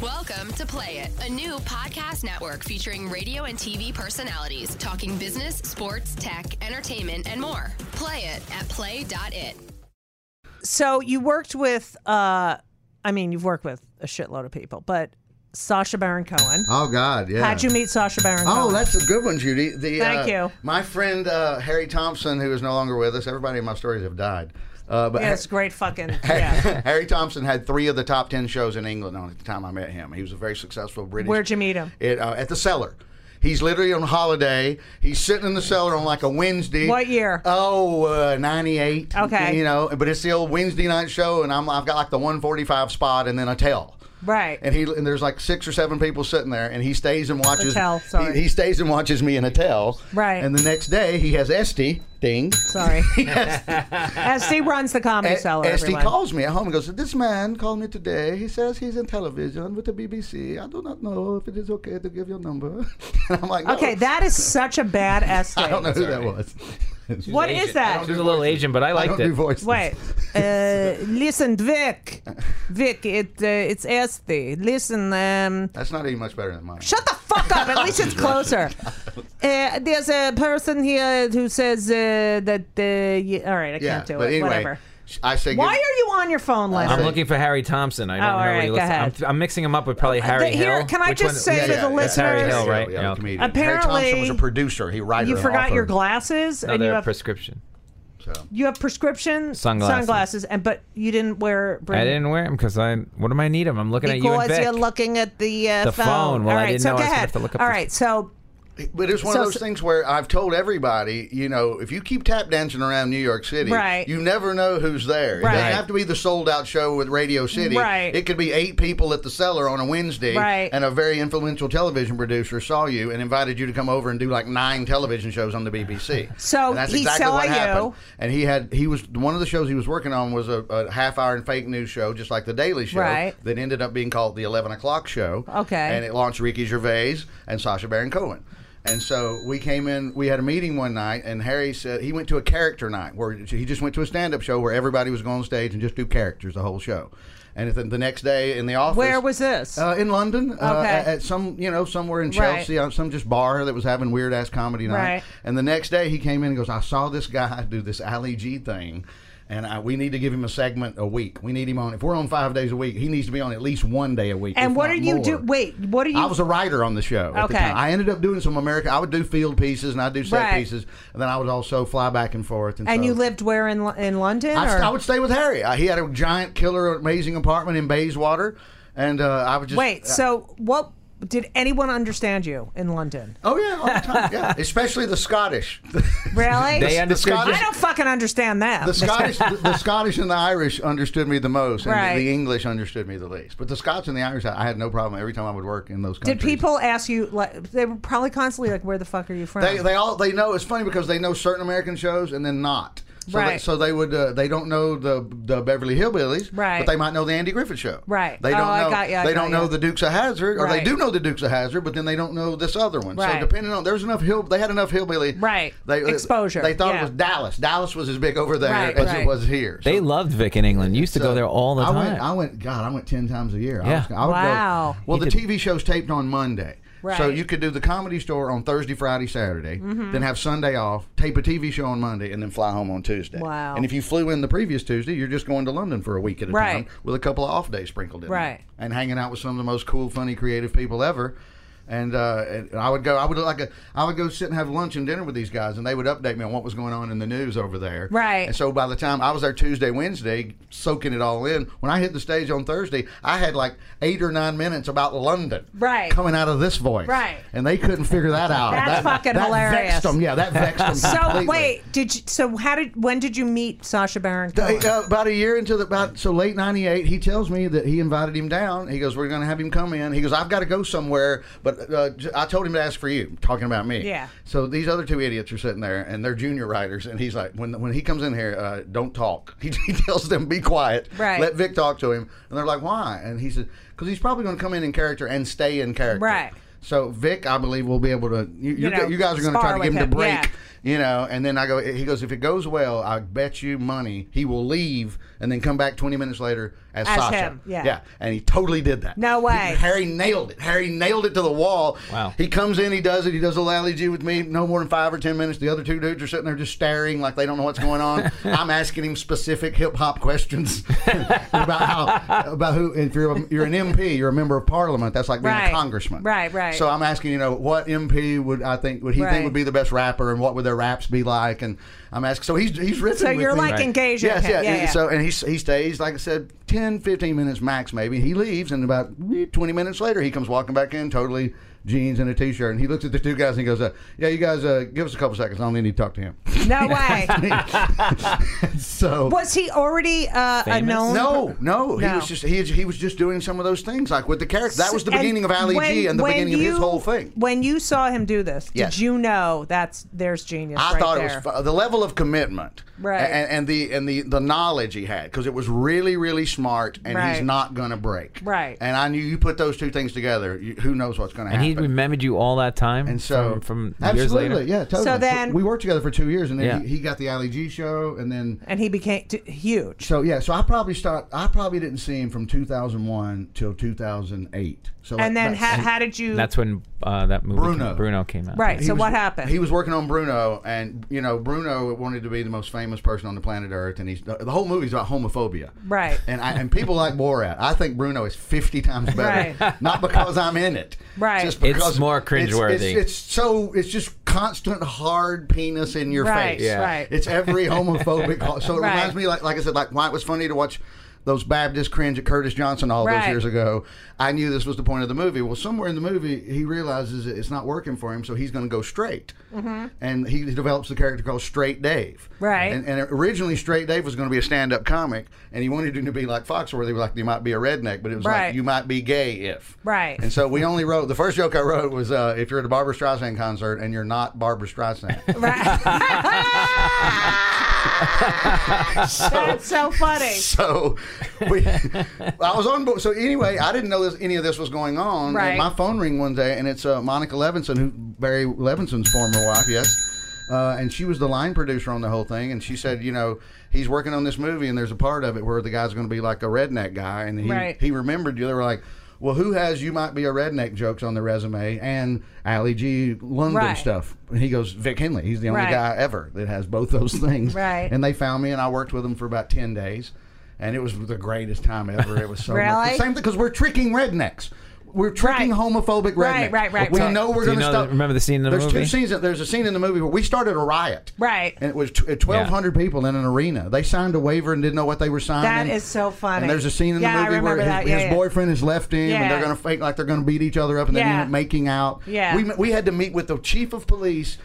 S5: Welcome to Play It, a new podcast network featuring radio and TV personalities talking business, sports, tech, entertainment, and more. Play it at play.it.
S2: So you worked with, uh, I mean, you've worked with a shitload of people, but Sasha Baron Cohen.
S3: Oh God, yeah.
S2: How'd you meet Sasha Baron Cohen?
S3: Oh, that's a good one, Judy. The,
S2: Thank
S3: uh,
S2: you.
S3: My friend uh, Harry Thompson, who is no longer with us. Everybody in my stories have died. Uh, but
S2: yeah, it's great fucking yeah.
S3: Harry Thompson had three of the top ten shows in England on at the time I met him. He was a very successful British.
S2: Where'd you meet him?
S3: It, uh, at the cellar. He's literally on holiday. He's sitting in the cellar on like a Wednesday.
S2: What year?
S3: Oh, uh, 98.
S2: Okay.
S3: You know, but it's the old Wednesday night show, and I'm, I've got like the 145 spot and then a tell.
S2: Right.
S3: And he and there's like six or seven people sitting there, and he stays and watches.
S2: tell, sorry.
S3: He, he stays and watches me in a tell.
S2: Right.
S3: And the next day he has Esty ding.
S2: Sorry. SD runs the comedy cellar.
S3: Esty
S2: everyone.
S3: calls me at home and goes, This man called me today. He says he's in television with the BBC. I do not know if it is okay to give your number. and I'm like, "No."
S2: Okay, that is such a bad
S3: I don't know
S2: SD.
S3: who that was.
S2: What is that?
S4: She's a little Asian, but I
S3: I
S4: liked
S3: don't
S4: it.
S3: do voices.
S2: Wait. Uh, listen, Vic. Vic, it uh, it's SD. Listen, um,
S3: That's not even much better than mine.
S2: Shut the fuck up. At least it's closer. Uh, there's a person here who says uh, that. Uh, y all right, I
S3: yeah,
S2: can't do
S3: but
S2: it.
S3: anyway,
S2: Whatever.
S3: sh- I say,
S2: Why
S3: give-
S2: are you on your phone,
S4: I'm
S2: Leonard?
S4: looking for Harry Thompson. I don't
S2: Oh, all
S4: know what
S2: right,
S4: he
S2: go
S4: looks like. I'm,
S2: ahead.
S4: I'm mixing him up with probably Harry
S2: here-
S4: Hill.
S2: can I just say
S4: yeah,
S2: to the
S4: That's Harry
S2: listeners-
S4: Hill, right?
S3: Yeah,
S4: Yeah.
S3: the comedian. Harry
S2: Apparently-
S3: Thompson was a producer. He writer.
S2: you
S3: and
S2: forgot
S3: author.
S2: your glasses,
S4: No,
S2: and you
S4: they're
S2: have
S4: prescription.
S3: So,
S2: you have prescription
S4: Sunglasses.
S2: and but you didn't wear.
S4: I didn't wear him because I. What am I need him? I'm looking
S2: Equal
S4: at you
S2: as
S4: and
S2: you're
S4: Vic.
S2: looking at the, uh,
S4: The phone. Well,
S2: All
S4: I
S2: right,
S4: didn't
S2: so
S4: know. I
S2: go
S4: was gonna
S2: ahead.
S4: have to look up
S2: All
S4: this-
S2: right, so
S3: But it's one
S2: So-
S3: of those things where I've told everybody, you know, if you keep tap dancing around New York City,
S2: Right.
S3: you never know who's there. It
S2: Right.
S3: doesn't have to be the sold out show with Radio City.
S2: Right.
S3: It could be eight people at the cellar on a Wednesday,
S2: Right.
S3: and a very influential television producer saw you and invited you to come over and do like nine television shows on the BBC.
S2: So
S3: And that's
S2: he
S3: exactly
S2: saw
S3: what happened.
S2: you.
S3: And he had he was one of the shows he was working on was a, a half hour and fake news show, just like the Daily Show,
S2: Right.
S3: that ended up being called the Eleven O'clock Show.
S2: Okay.
S3: and it launched Ricky Gervais and Sasha Baron Cohen. And so we came in. We had a meeting one night, and Harry said he went to a character night where he just went to a stand-up show where everybody was going on stage and just do characters the whole show. And then the next day in the office,
S2: where was this?
S3: uh, in London, uh,
S2: Okay.
S3: at, at some you know somewhere in
S2: Right.
S3: Chelsea, on some just bar that was having weird ass comedy night.
S2: Right.
S3: And the next day he came in and goes, "I saw this guy do this Ali G thing, and I, we need to give him a segment a week. We need him on. If we're on five days a week, he needs to be on at least one day a week.
S2: and
S3: if
S2: what
S3: not
S2: are you
S3: more."
S2: do? Wait, what are you?
S3: I was a writer on the show. At the
S2: Okay.
S3: time. I ended up doing some American. I would do field pieces and I would do set
S2: Right.
S3: pieces, and then I would also fly back and forth. And,
S2: and
S3: so-
S2: you lived where in Lo- in London?
S3: I,
S2: or?
S3: I would stay with Harry. Uh, he had a giant, killer, amazing apartment in Bayswater, and uh, I would just
S2: Wait, so what did anyone understand you in London?
S3: Oh yeah, all the time. Yeah, especially the Scottish.
S2: Really?
S4: They
S3: The
S4: understood
S3: Scottish-
S4: you.
S2: I don't fucking understand that.
S3: The Scottish, the, the Scottish and the Irish understood me the most, and
S2: Right.
S3: the, the English understood me the least. But the Scots and the Irish, I, I had no problem every time I would work in those countries.
S2: Did people ask you? Like, they were probably constantly like, "Where the fuck are you from?"
S3: They, they all they know it's funny because they know certain American shows and then not. So They,
S2: Right.
S3: so they would uh, they don't know the the Beverly Hillbillies,
S2: Right.
S3: But they might know the Andy Griffith Show,
S2: Right.
S3: They don't
S2: Oh, I
S3: know
S2: got you, I
S3: they
S2: got
S3: don't
S2: you.
S3: know the Dukes of Hazard, or
S2: Right.
S3: they do know the Dukes of Hazard, but then they don't know this other one.
S2: Right.
S3: So depending on there's enough hill they had enough hillbilly
S2: Right.
S3: they, uh,
S2: Exposure,
S3: They thought
S2: yeah.
S3: it was Dallas. Dallas was as big over there
S2: Right,
S3: as
S2: right.
S3: it was here. So-
S4: They loved Vic in England. You used to go
S3: so
S4: there all the
S3: I
S4: time.
S3: Went, I went, God, I went 10 times a year. I
S4: Yeah.
S3: was, I would go-
S2: Wow.
S3: well,
S4: You
S3: the
S4: could-
S3: TV show's taped on Monday. So
S2: Right. Mm-hmm.
S3: you could do the comedy store on Thursday, Friday, Saturday, then have Sunday off, tape a TV show on Monday, and then fly home on Tuesday.
S2: Wow.
S3: And if you flew in the previous Tuesday, you're just going to London for a week at a
S2: Right.
S3: time with a couple of off days sprinkled in. there.
S2: Right.
S3: And hanging out with some of the most cool, funny, creative people ever. And, uh, and I would go, I would like a, I would go sit and have lunch and dinner with these guys, and they would update me on what was going on in the news over there.
S2: Right.
S3: And so by the time I was there Tuesday, Wednesday, soaking it all in, when I hit the stage on Thursday, I had like eight or nine minutes about London.
S2: Right.
S3: Coming out of this voice.
S2: Right.
S3: And they couldn't figure that out.
S2: That's
S3: that,
S2: fucking
S3: that
S2: hilarious.
S3: Vexed them. Yeah, that vexed them.
S2: So
S3: completely.
S2: wait, did you, so? How did when did you meet Sasha Baron
S3: Uh,
S2: Cohen?
S3: uh, about a year into the about so late '98, he tells me that he invited him down. He goes, "We're going to have him come in." He goes, "I've got to go somewhere," but uh, j- I told him to ask for you. Talking about me.
S2: Yeah.
S3: So these other two idiots are sitting there, and they're junior writers, and he's like, "When when he comes in here, uh, don't talk." He, he tells them, "Be quiet.
S2: Right.
S3: Let Vic talk to him." And they're like, "Why?" And he said, "Because he's probably going to come in in character and stay in character."
S2: Right.
S3: So Vic, I believe, will be able to. You, you,
S2: know,
S3: you guys are going to
S2: spar
S3: try to give
S2: with
S3: him a
S2: him,
S3: break
S2: yeah.
S3: you know and then i go he goes if it goes well i bet you money he will leave and then come back 20 minutes later as,
S2: As
S3: sasha
S2: him, yeah.
S3: yeah and he totally did that
S2: No way.
S3: He- harry nailed it harry nailed it to the wall
S4: Wow.
S3: he comes in he does it he does a lally g with me no more than five or ten minutes the other two dudes are sitting there just staring like they don't know what's going on i'm asking him specific hip-hop questions about how about who if you're, a, you're an mp you're a member of parliament that's like being
S2: Right.
S3: a congressman
S2: Right, right.
S3: so i'm asking you know what mp would i think would he
S2: Right.
S3: think would be the best rapper and what would their raps be like and i'm asking so he's he's written
S2: so
S3: with
S2: you're
S3: me.
S2: like engaged.
S3: yes
S2: with him.
S3: yeah,
S2: yeah,
S3: and so and he, he stays like i said 10 15 minutes max maybe he leaves and about 20 minutes later he comes walking back in totally jeans and a t-shirt and he looks at the two guys and he goes uh, yeah you guys uh, give us a couple seconds i only need to talk to him
S2: no way.
S3: so
S2: Was he already uh, a
S4: Famous?
S2: known?
S3: no, no, he
S2: No.
S3: was just he, he was just doing some of those things like with the character. That was the
S2: And
S3: beginning of Ali G
S2: when-
S3: and the
S2: when
S3: beginning of his
S2: you-
S3: whole thing.
S2: When you saw him do this,
S3: Yes.
S2: did you know that's there's genius?
S3: I
S2: right
S3: thought
S2: there.
S3: it was fu- the level of commitment,
S2: Right.
S3: a- And, and the and the the knowledge he had because it was really really smart, and
S2: Right.
S3: he's not going to break,
S2: Right.
S3: And I knew you put those two things together, you, who knows what's going to
S4: And
S3: happen.
S4: he remembered you all that time.
S3: and so
S4: from, from years
S3: absolutely,
S4: later.
S3: yeah, totally.
S2: So then-
S3: we worked together for two years, and then
S4: Yeah.
S3: he, he got the Ali G show, and then
S2: and he became t- huge.
S3: so yeah, so I probably start. I probably didn't see him from 2001 till 2008. So like,
S2: and then
S3: that's-
S2: how, how did you?
S4: That's when uh, that movie
S3: Bruno.
S4: came, Bruno came out.
S2: right.
S3: He
S2: So
S3: was-
S2: what happened?
S3: He was working on Bruno, and you know Bruno wanted to be the most famous person on the planet Earth, and he's the the whole movie's about homophobia,
S2: Right.
S3: And I, and people like Borat. I think Bruno is fifty times better,
S2: Right.
S3: not because I'm in it,
S2: Right.
S3: Just
S4: It's
S3: because
S4: more
S3: it's- It's,
S4: cringeworthy.
S3: it's so it's just constant hard penis in your
S2: Right,
S3: face.
S2: Yeah. right.
S3: It's every homophobic. So it
S2: Right.
S3: reminds me, like like I said, like why it was funny to watch. Those Baptist cringe at Curtis Johnson all
S2: Right.
S3: those years ago. I knew this was the point of the movie. Well, somewhere in the movie, he realizes that it's not working for him, so he's going to go straight. And he develops the character called Straight Dave.
S2: Mm-hmm. Right.
S3: And, and originally, Straight Dave was going to be a stand up comic, and he wanted him to be like Foxworthy, he was like, you might be a redneck, but it was
S2: Right.
S3: like, you might be gay if.
S2: Right.
S3: And so we only wrote, the first joke I wrote was uh, if you're at a Barbara Streisand concert and you're not Barbara Streisand.
S2: Right. That's so funny.
S3: so we, I was on board. So anyway, I didn't know this, any of this was going on. And
S2: Right.
S3: my phone ring one day, and it's uh, Monica Levinson, who Barry Levinson's former wife. Yes. Uh, and she was the line producer on the whole thing, and she said, you know, he's working on this movie, and there's a part of it where the guy's going to be like a redneck guy, and he
S2: Right.
S3: he remembered you. They were like, well, who has you might be a redneck jokes on the resume and Ali G London
S2: Right.
S3: stuff, and he goes Vic Henley. He's the only
S2: Right.
S3: guy ever that has both those things,
S2: Right.
S3: And they found me, and I worked with them for about ten days, and it was the greatest time ever. It was so much.
S2: Really?
S3: the same thing because we're tricking rednecks. We're tricking
S2: Right.
S3: homophobic rednecks.
S2: Right, right, right,
S3: We
S2: right.
S3: know we're
S4: Do
S3: going
S4: you
S3: to
S4: know
S3: stop.
S4: the- remember the scene in the
S3: there's
S4: movie?
S3: two scenes. that- There's a scene in the movie where we started a riot.
S2: Right.
S3: And it was t- 1,200 people in an arena. They signed a waiver and didn't know what they were signing.
S2: That is so funny.
S3: And there's a scene in
S2: Yeah, I
S3: the movie where
S2: remember
S3: his,
S2: that. Yeah,
S3: his
S2: yeah.
S3: boyfriend has left him,
S2: Yeah.
S3: and they're going to fake like they're going to beat each other up, and they
S2: Yeah.
S3: end up making out.
S2: Yeah.
S3: We, we had to meet with the chief of police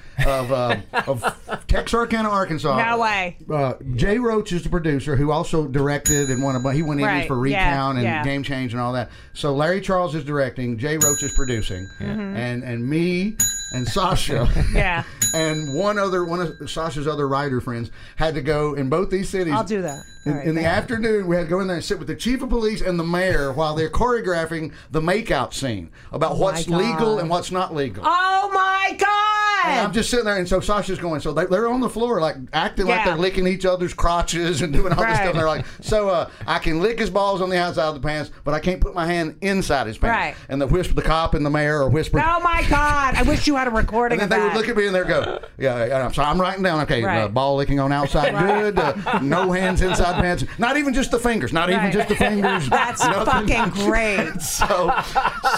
S3: of uh, of Texarkana, Arkansas.
S2: No way.
S3: Uh, Jay Roach is the producer who also directed and won a bunch. He won Indies
S2: Right,
S3: for
S2: yeah,
S3: Recount and
S2: yeah.
S3: Game Change and all that. So Larry Charles is directing, Jay Roach is producing, and and me and Sasha.
S2: Mm-hmm. Yeah.
S3: And one other one of Sasha's other writer friends had to go in both these cities.
S2: I'll do that.
S3: In,
S2: All right,
S3: in the
S2: thanks.
S3: afternoon, we had to go in there and sit with the chief of police and the mayor while they're choreographing the makeout scene about what's
S2: Oh God.
S3: legal and what's not legal.
S2: Oh my god!
S3: And I'm just sitting there, and so Sasha's going. So they, they're on the floor, like acting like
S2: Yeah.
S3: they're licking each other's crotches and doing all this stuff.
S2: Right.
S3: And they're like, so uh, I can lick his balls on the outside of the pants, but I can't put my hand inside his pants.
S2: Right.
S3: And the whisper, the cop and the mayor are whispering.
S2: Oh my God! I wish you had a recording
S3: And then
S2: of
S3: they would
S2: that.
S3: look at me and they'd go, "Yeah." yeah, I'm, so I'm writing down. Okay, uh,
S2: Right.
S3: ball licking on outside good. Uh, no hands inside pants. Not even just the fingers. Not even
S2: Right.
S3: just the fingers.
S2: That's
S3: nothing.
S2: fucking great.
S3: so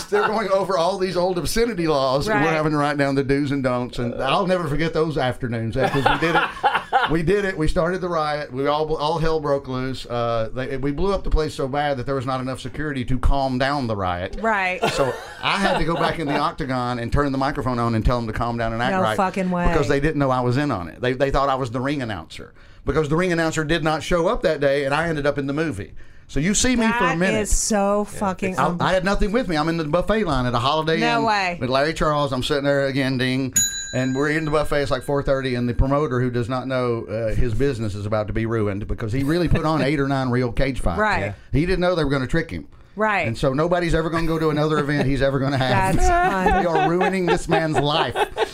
S3: they're going over all these old obscenity laws, and we're
S2: Right.
S3: having to write down the do's and don'ts. And I'll never forget those afternoons because we did it. We did it. We started the riot. We all all hell broke loose. Uh, they, we blew up the place so bad that there was not enough security to calm down the riot.
S2: Right.
S3: So I had to go back in the octagon and turn the microphone on and tell them to calm down and act
S2: No
S3: right.
S2: fucking way.
S3: Because they didn't know I was in on it. They, they thought I was the ring announcer because the ring announcer did not show up that day, and I ended up in the movie. So you see me for a
S2: That
S3: minute.
S2: is so fucking.
S3: I,
S2: unbelievable.
S3: I had nothing with me. I'm in the buffet line at a Holiday
S2: No
S3: Inn
S2: way.
S3: with Larry Charles. I'm sitting there again, ding, and we're in the buffet. It's like 4:30, and the promoter, who does not know uh, his business, is about to be ruined because he really put on eight or nine real cage fights.
S2: Right. Yeah.
S3: He didn't know they were going to trick him.
S2: Right.
S3: And so nobody's ever going to go to another event he's ever going to have.
S2: That's fun.
S3: we are ruining this man's life.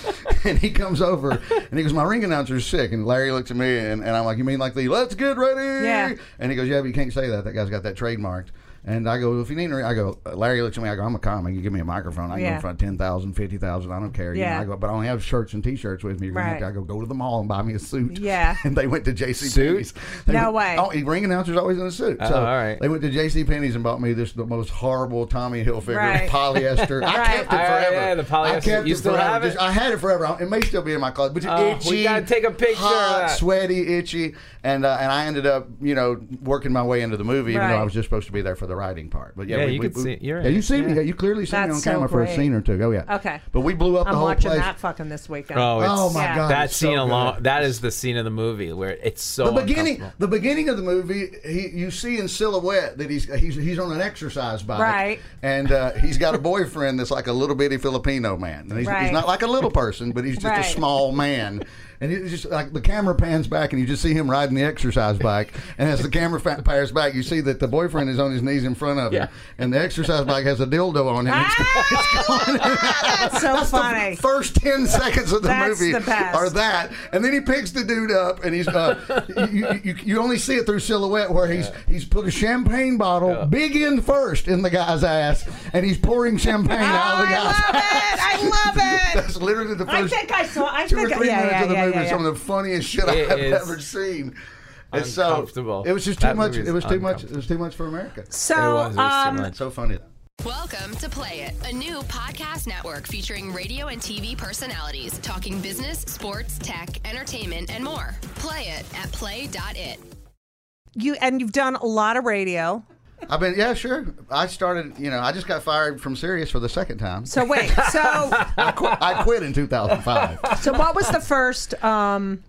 S3: And he comes over and he goes, My ring announcer's sick. And Larry looks at me and, and I'm like, You mean like the let's get ready?
S2: Yeah.
S3: And he goes, Yeah, but you can't say that. That guy's got that trademarked. And I go, well, if you need a, re-" I go, Larry looks at me. I go, I'm a comic. You give me a microphone. I can go
S2: Yeah.
S3: in front of 10,000, 50,000. I don't care. You know,
S2: Yeah.
S3: I go, but I only have shirts and t shirts with me. You're gonna have
S2: Right.
S3: to-" I go, go to the mall and buy me a suit.
S2: Yeah.
S3: And they went to JC
S4: Suit? Oh,
S2: No way.
S3: Oh, he- ring announcer's always in a suit. So
S4: all right.
S3: They went to JC Penney's and bought me this the most horrible Tommy Hilfiger
S2: Right.
S3: polyester. I
S2: Right.
S3: kept it
S4: Yeah,
S3: forever.
S4: yeah, the
S3: I
S4: polyester.
S3: kept
S4: You
S3: it
S4: still
S3: forever.
S4: have it?
S3: Just- I had it forever. It may still be in my closet, but it's
S4: Oh,
S3: itchy.
S4: we gotta take a picture of
S3: hot,
S4: that.
S3: sweaty, itchy, and uh, and I ended up you know working my way into the movie, even though
S2: Right.
S3: I was just supposed to be there for the writing part. But yeah,
S4: Yeah,
S3: we,
S4: you
S3: we,
S4: could
S3: we-
S4: see- you're
S3: yeah,
S4: in
S3: you
S4: it.
S3: see me. Yeah, you clearly see
S2: That's
S3: me on
S2: so
S3: camera for a
S2: great.
S3: scene or two. Oh yeah.
S2: Okay.
S3: But we blew up the
S2: I'm
S3: whole
S2: watching
S3: place.
S2: that fucking this weekend.
S4: Oh, it's,
S3: Oh my
S2: Yeah.
S3: god,
S4: that
S3: it's
S4: scene
S3: so
S4: alone.
S3: good.
S4: That is the scene of the movie where it's so.
S3: the beginning
S4: uncomfortable.
S3: the beginning of the movie he you see in silhouette that he's he's, he's on an exercise bike
S2: Right.
S3: and uh, he's got a boyfriend that's like a little bitty filipino man and he's, he's
S2: Right.
S3: not like a little person but he's just
S2: Right.
S3: a small man and it's just like the camera pans back and you just see him riding the exercise bike and as the camera fa- pans back you see that the boyfriend is on his knees in front of him and the exercise bike has a dildo on him It's-
S2: Ah, That's so funny.
S3: the first 10 seconds of the
S2: That's
S3: movie
S2: the best.
S3: are that. And then he picks the dude up and he's, uh, you, you- you, you only see it through silhouette where he's, he's put a champagne bottle, big end first, in the guy's ass, and he's pouring champagne
S2: oh,
S3: out of the
S2: I
S3: guy's
S2: love it. I love it.
S3: That's literally the
S2: I
S3: first
S2: think I saw. I
S3: two
S2: think
S3: or three
S2: yeah,
S3: minutes
S2: yeah,
S3: of the
S2: yeah,
S3: movie.
S2: yeah,
S3: is Some of the funniest shit
S4: It
S3: I've
S4: is
S3: ever seen. And so
S4: uncomfortable.
S3: it was just too
S4: That
S3: much.
S4: movie is
S3: It was too much. It
S4: uncomfortable.
S3: was too much for America.
S2: So,
S4: It was, it was too
S2: um,
S4: much.
S3: So funny.
S5: Welcome to Play It, a new podcast network featuring radio and TV personalities talking business, sports, tech, entertainment, and more. Play it at play.it.
S2: you and you've done a lot of radio.
S3: I've been yeah sure. I started you know I just got fired from Sirius for the second time.
S2: So wait. So
S3: I quit, I quit in 2005.
S2: so what was the first um,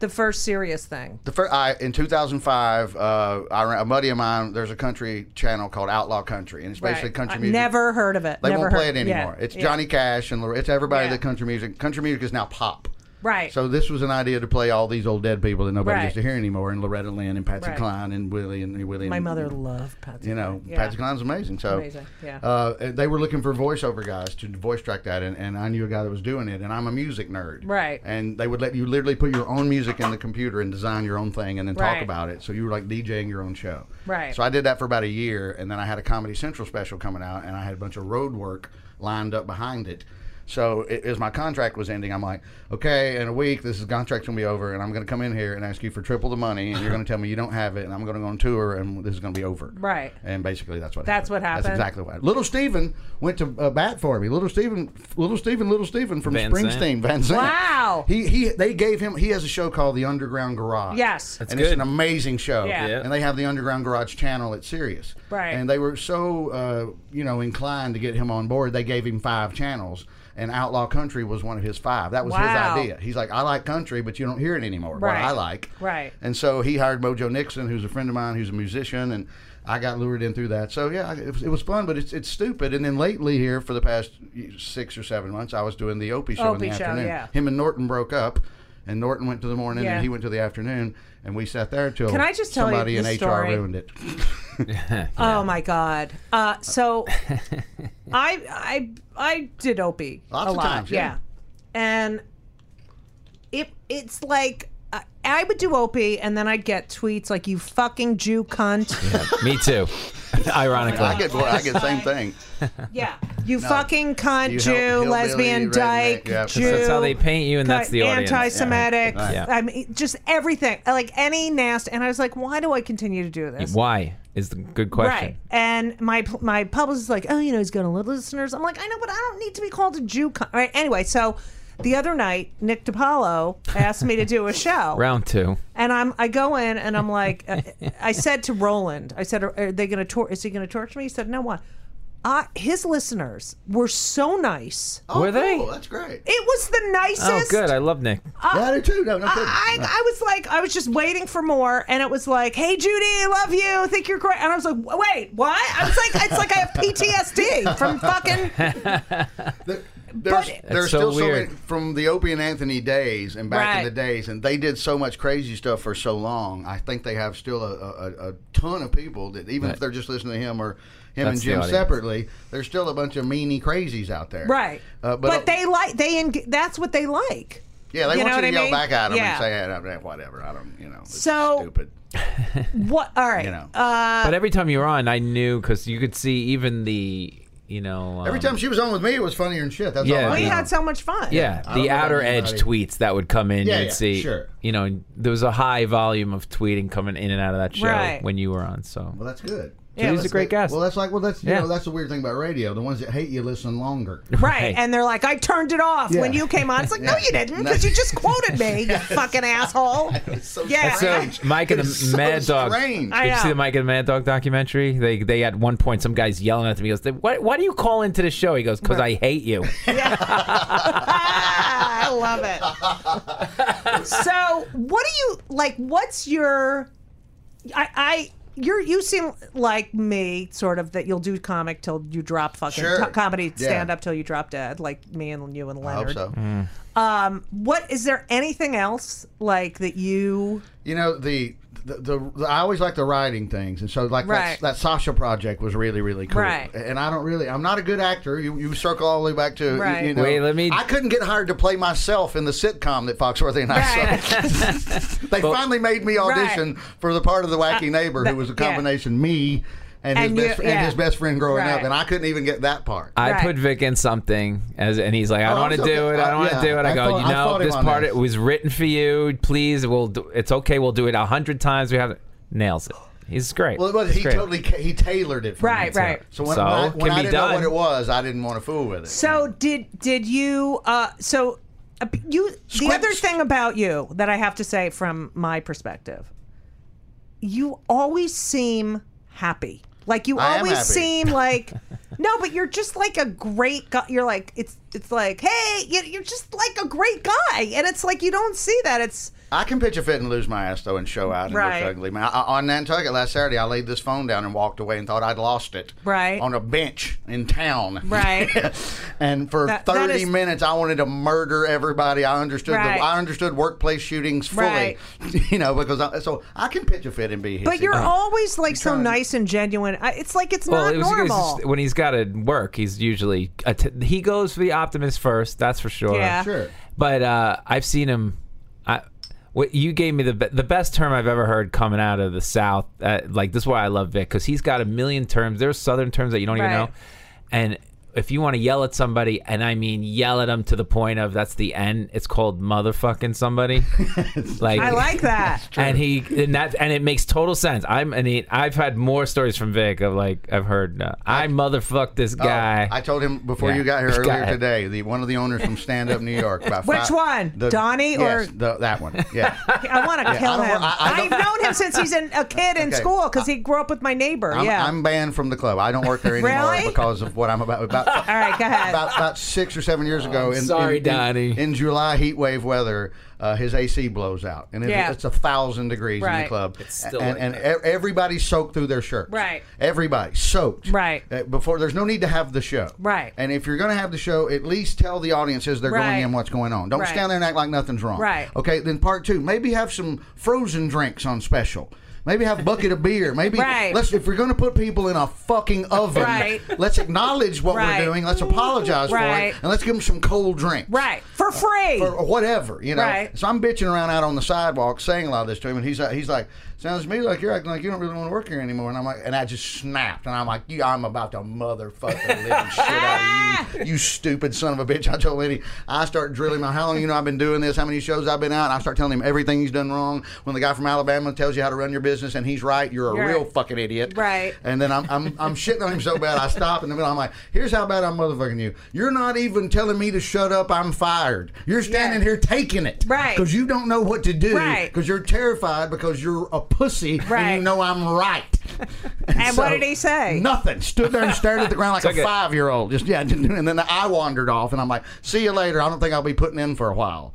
S2: the first serious thing?
S3: The first, I, in 2005, uh, I, ran- a buddy of mine, there's a country channel called Outlaw Country, and it's basically
S2: Right.
S3: country
S2: I
S3: music.
S2: Never heard of it.
S3: They
S2: Never
S3: won't play
S2: heard-
S3: it anymore.
S2: yeah,
S3: It's
S2: yeah.
S3: Johnny Cash and Lor- it's everybody
S2: Yeah.
S3: that country music. Country music is now pop.
S2: Right.
S3: So this was an idea to play all these old dead people that nobody
S2: Right.
S3: gets to hear anymore, and Loretta Lynn and Patsy
S2: Right.
S3: Cline and Willie and Willie.
S2: my
S3: and,
S2: mother loved Patsy.
S3: You know,
S2: Cline. Yeah.
S3: Patsy Cline's amazing. So,
S2: Amazing, yeah.
S3: uh, they were looking for voiceover guys to voice track that, and, and I knew a guy that was doing it, and I'm a music nerd,
S2: Right.
S3: And they would let you literally put your own music in the computer and design your own thing, and then talk
S2: Right.
S3: about it. So you were like DJing your own show,
S2: Right.
S3: So I did that for about a year, and then I had a Comedy Central special coming out, and I had a bunch of road work lined up behind it. So it, as my contract was ending, I'm like, okay, in a week, this is contract's gonna be over, and I'm gonna come in here and ask you for triple the money, and you're gonna tell me you don't have it, and I'm gonna go on tour, and this is gonna be over.
S2: Right.
S3: And basically, that's what
S2: That's
S3: happened.
S2: what happened.
S3: That's exactly what. Little Steven went to uh, bat for me. Little Steven, little Steven, little Steven from
S4: Van
S3: Springsteen,
S4: Zandt.
S3: Van Zandt.
S2: Wow.
S3: He he. They gave him. He has a show called The Underground Garage.
S2: Yes. That's
S3: and it's
S4: good.
S3: an amazing show.
S2: Yeah. Yeah.
S3: And they have the Underground Garage channel at Sirius.
S2: Right.
S3: And they were so uh, you know inclined to get him on board. They gave him five channels. And Outlaw Country was one of his five. That was
S2: Wow.
S3: his idea. He's like, I like country, but you don't hear it anymore.
S2: Right.
S3: What I like.
S2: Right.
S3: And so he hired Mojo Nixon, who's a friend of mine, who's a musician, and I got lured in through that. So yeah, I- it was, it was fun, but it's it's stupid. And then lately here for the past six or seven months, I was doing the Opie show in
S2: Opie
S3: the
S2: show,
S3: afternoon.
S2: yeah.
S3: Him and Norton broke up, and Norton went to the morning,
S2: Yeah.
S3: and he went to the afternoon, and we sat there till
S2: Can I just tell you
S3: somebody
S2: the
S3: in
S2: story?
S3: HR ruined it.
S2: Oh my god. Uh, so I I I did Opie
S3: Lots
S2: a
S3: of
S2: lot.
S3: times, yeah.
S2: And it it's like uh, I would do Opie, and then I'd get tweets like "you fucking Jew cunt,"
S4: Me too. Ironically.
S3: I get boy, I get the same thing.
S2: yeah, you fucking cunt,
S3: You
S2: Jew,
S3: hill-
S2: lesbian,
S3: hillbilly, redneck,
S2: dyke,
S3: yeah.
S2: Jew.
S4: That's how they paint you, and that's the audience.
S2: anti-Semitic.
S4: Yeah. Yeah.
S2: I mean, just everything, like any nasty. And I was like, why do I continue to do this?
S4: Why is the good
S2: Right.
S4: question?
S2: And my my publicist is like, oh, you know, he's got a lot of listeners. I'm like, I know, but I don't need to be called a Jew. Con-. All right. Anyway, so the other night, Nick DiPaolo asked me to do a show.
S4: Round two.
S2: And I'm I go in and I'm like uh, I said to Roland, I said, are, are they going to tor- is he going to torture me? He said, no one. I, his listeners were so nice.
S3: Oh,
S4: Were they?
S3: cool, That's great.
S2: It was the nicest.
S4: Oh, good. I love Nick.
S2: Uh,
S3: yeah, I do too. No, no kidding.
S2: I, I was like, I was just waiting for more, and it was like, "Hey, Judy, I love you. Think you're great." And I was like, "Wait, what?" I was like, "It's like I have PTSD from fucking."
S3: There- There's,
S2: But-
S3: there's
S4: That's so
S3: still so many
S4: weird.
S3: from the Opie and Anthony days and back
S2: Right.
S3: in the days, and they did so much crazy stuff for so long. I think they have still a, a, a ton of people that even if
S4: Right.
S3: they're just listening to him or him
S4: That's
S3: and
S4: the
S3: Jim
S4: audience.
S3: separately, there's still a bunch of meanie crazies out there.
S2: Right,
S3: Uh,
S2: but,
S3: but
S2: they like they eng- that's what they like.
S3: yeah,
S2: you
S3: they want
S2: know
S3: you to
S2: what I
S3: yell
S2: mean?
S3: back at them
S2: Yeah.
S3: and say "Ah, whatever. I don't, you know, it's
S2: So-
S3: stupid.
S2: What? All right, Uh,
S3: You know.
S4: but every time you were on, I knew because you could see even the, you know. um,
S3: Every time she was on with me, it was funnier and shit. That's
S4: Yeah.
S3: all I
S2: we
S3: know.
S2: had so much fun.
S4: Yeah,
S3: don't
S4: the
S3: know about
S4: outer edge
S3: anybody.
S4: tweets that would come in,
S3: Yeah,
S4: you'd
S3: yeah,
S4: see.
S3: sure.
S4: You know, and there was a high volume of tweeting coming in and out of that show
S2: Right.
S4: when you were on. So
S3: well, that's good.
S2: Yeah,
S4: he was
S2: it
S4: a
S2: was
S4: great guest.
S3: Well, that's like well, that's you
S4: Yeah.
S3: know that's the weird thing about radio. The ones that hate you listen longer.
S2: Right,
S4: Right.
S2: and they're like, I turned it off
S3: Yeah.
S2: when you came on. It's like, no,
S3: Yeah.
S2: you didn't,
S3: No.
S2: because you just quoted me, you fucking asshole.
S3: so
S2: yeah,
S4: so Mike and the
S3: It's so
S4: Mad Dog.
S3: strange.
S2: I
S4: Did you see
S2: know.
S4: the Mike and the Mad Dog documentary? They they at one point some guys yelling at him. He goes, "Why, why do you call into the show?" He goes, "Cause I hate you."
S2: I love it. so, what do you like? What's your? I, I you're you seem like me, sort of that you'll do comic till you drop fucking
S3: Sure.
S2: co- comedy
S3: Yeah.
S2: stand up till you drop dead, like me and you and
S3: I hope
S2: Leonard.
S3: so.
S4: Mm-hmm.
S2: What is there anything else like that you?
S3: You know the. The, the, the, I always like the writing things, and so like
S2: Right.
S3: that, that Sasha project was really really cool.
S2: Right.
S3: And I don't really, I'm not a good actor. You, you circle all the way back to you-
S2: Right.
S3: you, know,
S4: Wait, let me-
S3: I couldn't get hired to play myself in the sitcom that Foxworthy and I
S2: Right.
S3: saw. they finally made me audition for the part of the wacky neighbor
S2: that-
S3: who was a
S2: Uh, yeah.
S3: combination me and,
S2: And
S3: his
S2: you-
S3: best fr-
S2: yeah.
S3: and his best friend growing
S2: Right.
S3: up, and I couldn't even get that part.
S4: I
S2: Right.
S4: put Vic in something, as and he's like, "I
S3: Oh,
S4: don't
S3: I'm
S4: want to
S3: so
S4: do
S3: good.
S4: it. I don't want to
S3: Uh,
S4: do it." I,
S3: yeah, I
S4: go,
S3: thought-
S4: "You
S3: I
S4: know,
S3: fought him
S4: this
S3: on
S4: part
S3: this."
S4: it was written for you. Please, we'll do, it's okay. We'll do it a hundred times. We have nails it. He's great.
S3: Well, it was,
S4: He's
S3: he
S4: great.
S3: totally ca- he tailored it. For
S2: Right,
S3: me.
S2: right.
S3: So when,
S4: So,
S3: when I,
S4: can
S3: when I
S4: be
S3: didn't
S4: done.
S3: know what it was, I didn't want to fool with it.
S2: So did did you? Uh, so uh, you. The
S3: Squibs.
S2: other thing about you that I have to say from my perspective, you always seem happy. Like you
S3: I am
S2: always
S3: happy.
S2: seem like. No, but you're just like a great guy. You're like it's it's like hey, you- you're just like a great guy, and it's like you don't see that. It's
S3: I can pitch a fit and lose my ass though and show out and
S2: Right.
S3: look ugly. Man, I, I- on Nantucket last Saturday, I laid this phone down and walked away and thought I'd lost it.
S2: Right.
S3: On a bench in town.
S2: Right.
S3: and for
S2: That- that
S3: thirty
S2: is-
S3: minutes, I wanted to murder everybody. I understood.
S2: Right.
S3: The, I understood workplace shootings fully.
S2: Right.
S3: You know because I, so I can pitch a fit and be.
S2: but
S3: hissy. Oh,
S2: you're always like so
S3: trying to-
S2: nice and genuine. I, it's like it's
S4: Well,
S2: not
S4: it was- it's
S2: normal.
S4: just- when he's got to work, he's usually att- he goes for the optimist first. That's for sure.
S2: Yeah.
S3: Sure.
S4: But uh, I've seen him. I, what you gave me the be- the best term I've ever heard coming out of the South. Uh, like this is why I love Vic because he's got a million terms. There's Southern terms that you don't even
S2: Right.
S4: know, and. If you want to yell at somebody, and I mean yell at them to the point of that's the end, it's called motherfucking somebody. like
S2: I like that.
S4: and he and that and it makes total sense. I'm and he, I've had more stories from Vic of like I've heard uh, I motherfucked this
S3: Oh,
S4: guy.
S3: I told him before
S4: Yeah.
S3: you got here
S4: This guy.
S3: earlier today. The one of the owners from Stand Up New York. By
S2: Which one? Donnie
S3: yes,
S2: or-
S3: the, that one? Yeah.
S2: I want to kill
S3: I don't
S2: him.
S3: wa- I- I
S2: I, have known him since he's an, a kid in
S3: Okay.
S2: school because he grew up with my neighbor.
S3: I'm,
S2: yeah.
S3: I'm banned from the club. I don't work there anymore
S2: Really?
S3: because of what I'm about. About
S2: All right, go ahead.
S3: about, about six or seven years ago. in,
S4: sorry,
S3: in,
S4: Donnie.
S3: In, in July heat wave weather, uh, his AC blows out, and it,
S2: Yeah.
S3: it's a thousand degrees in
S2: Right.
S3: the club.
S4: It's still
S3: and,
S4: like
S3: and
S4: that.
S3: e- everybody soaked through their shirts.
S2: Right.
S3: Everybody soaked.
S2: Right.
S3: Uh, before there's no need to have the show.
S2: Right.
S3: And if you're going to have the show, at least tell the audiences they're
S2: Right.
S3: going in what's going on. Don't
S2: Right.
S3: stand there and act like nothing's wrong.
S2: Right.
S3: Okay. Then part two, maybe have some frozen drinks on special. Maybe have a bucket of beer. Maybe
S2: Right.
S3: let's if we're going to put people in a fucking oven,
S2: Right.
S3: let's acknowledge what
S2: Right.
S3: we're doing. Let's apologize
S2: Right.
S3: for it, and let's give them some cold drinks.
S2: Right. For free.
S3: or, or whatever, you know.
S2: Right.
S3: So I'm bitching around out on the sidewalk, saying a lot of this to him, and he's like, he's like, sounds to me like you're acting like you don't really want to work here anymore. And I'm like, and I just snapped, and I'm like, you, I'm about to motherfucking living shit
S2: Ah!
S3: out of you, you stupid son of a bitch. I told Lenny, I start drilling him, how long you know I've been doing this, how many shows I've been out, and I start telling him everything he's done wrong. When the guy from Alabama tells you how to run your business and he's right, you're a
S2: Right.
S3: real fucking idiot.
S2: Right.
S3: And then I'm, I'm, I'm shitting on him so bad, I stop in the middle. I'm like, here's how bad I'm motherfucking you. You're not even telling me to shut up. I'm fired. You're standing
S2: Yeah.
S3: here taking it.
S2: Right.
S3: Because you don't know what to do.
S2: Right.
S3: Because you're terrified because you're a pussy and
S2: Right.
S3: you know I'm right.
S2: And what did he say?
S3: Nothing. Stood there and stared at the ground like
S4: Took
S3: a
S4: it.
S3: five year old. Just yeah. And then I wandered off and I'm like, see you later. I don't think I'll be putting in for a while.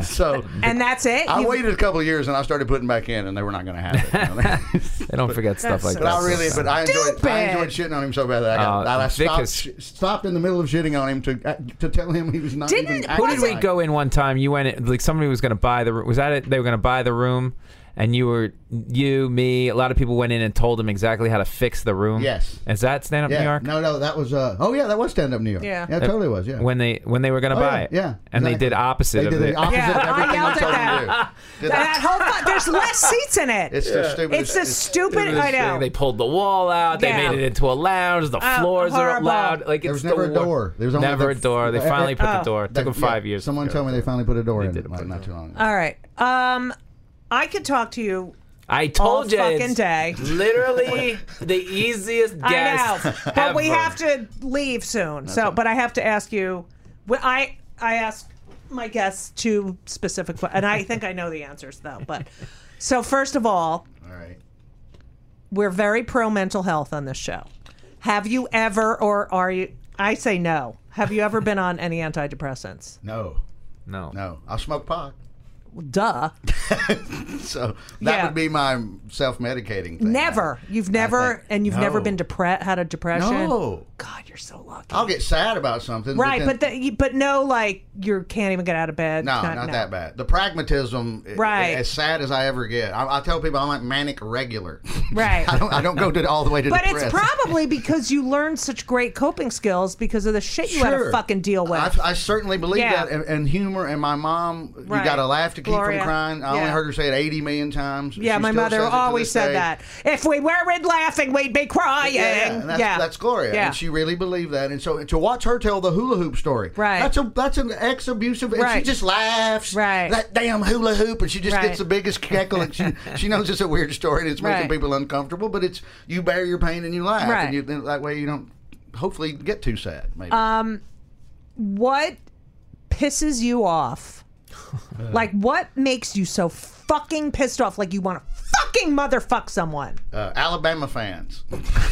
S3: so
S2: and that's it.
S3: I
S2: You-
S3: waited a couple of years and I started putting back in and they were not going to have it. you know?
S4: They don't forget stuff
S2: That's
S4: like
S2: so
S4: that.
S3: But I really, but I enjoyed, I
S2: Stupid.
S3: enjoyed shitting on him so bad that I, got,
S4: Uh,
S3: that I
S4: Vic
S3: stopped,
S4: is-
S3: sh- stopped in the middle of shitting on him to to tell him he was not.
S2: Didn't-
S3: even
S2: who
S3: acting
S4: Who did we
S3: right.
S4: go in one time? You went in, like somebody was going to buy the room. Was that it? They were going to buy the room, and you were you me. A lot of people went in and told them exactly how to fix the room.
S3: Yes.
S4: is that stand up
S3: Yeah,
S4: New York?
S3: No, no, that was. Uh, oh yeah, that was stand up New York.
S2: Yeah.
S3: yeah, it totally was. Yeah.
S4: When they when they were going to
S3: Oh,
S4: buy
S3: yeah,
S4: it,
S3: yeah,
S4: and they
S3: exactly.
S4: did opposite
S3: they
S4: of
S3: did the
S4: it.
S3: opposite
S2: Yeah,
S3: of
S2: I
S3: everything
S2: yelled
S3: I
S2: at
S3: told
S2: that.
S3: you to do. Did
S2: that
S3: I-
S2: whole fu- there's less seats in it.
S3: It's the stupid.
S2: It's the stupid. I know.
S4: They pulled the wall out. They
S2: Yeah. Oh,
S4: made it into a lounge. The floors are
S2: horrible.
S4: loud. Like
S3: There
S4: it's
S3: was never
S4: the
S3: a
S4: wor-
S3: door. There was only
S4: never
S3: the-
S4: a door. They
S3: the-
S4: finally put
S2: Oh.
S4: the door. It took
S3: That-
S4: them five
S3: yeah,
S4: years.
S3: Someone
S4: ago.
S3: told me they finally put a door in.
S4: did
S3: it,
S4: put a
S3: Not not too long. ago.
S2: All right. Um, I could talk to you.
S4: I told you,
S2: fucking
S4: it's
S2: day.
S4: Literally the easiest guest.
S2: I know, but we
S4: ever.
S2: have to leave soon. so, but I have to ask you. wh- I I ask my guests two specific questions, and I think I know the answers though. But so first of all,
S3: All right.
S2: we're very pro mental health on this show. Have you ever, or are you? I say no. Have you ever been on any antidepressants?
S3: No,
S4: No,
S3: no, I smoke pot,
S2: Duh.
S3: so that
S2: Yeah.
S3: would be my self medicating. thing.
S2: Never. You've never,
S3: think-
S2: and you've never
S3: no.
S2: been depressed, had a depression.
S3: No.
S2: God, you're so lucky.
S3: I'll get sad about something.
S2: right,
S3: then-
S2: but the, but no, like you can't even get out of bed.
S3: No, not, that bad. The pragmatism, i-
S2: Right.
S3: as sad as I ever get, I, I tell people I'm like manic regular.
S2: Right.
S3: I, don't, I don't go to, all the way to
S2: But
S3: depressed.
S2: it's probably because you learned such great coping skills because of the shit you had to
S3: Sure.
S2: fucking deal with.
S3: I, I certainly believe
S2: Yeah.
S3: that. And, and humor, and my mom,
S2: Right.
S3: you got to laugh to keep
S2: Gloria.
S3: from crying. I
S2: Yeah.
S3: only heard her say it 80 million times.
S2: yeah,
S3: She
S2: my
S3: still
S2: mother
S3: says it to
S2: always
S3: this
S2: said
S3: day.
S2: that. If we weren't laughing, we'd be crying.
S3: Yeah, yeah. And that's, that's Gloria,
S2: Yeah.
S3: and she really believed that. And so to watch her tell the hula hoop story,
S2: Right.
S3: That's a that's an ex abusive, and
S2: Right.
S3: she just laughs,
S2: Right.
S3: That damn hula hoop, and she just
S2: Right.
S3: gets the biggest cackle. And she she knows it's a weird story, and it's making
S2: Right.
S3: people uncomfortable. But it's you bear your pain and you laugh,
S2: Right.
S3: and you, then that way you don't hopefully get too sad. Maybe
S2: Uh, Um, what pisses you off? like, what makes you so fucking pissed off? Like, you want to fucking motherfuck someone?
S3: uh, Alabama fans.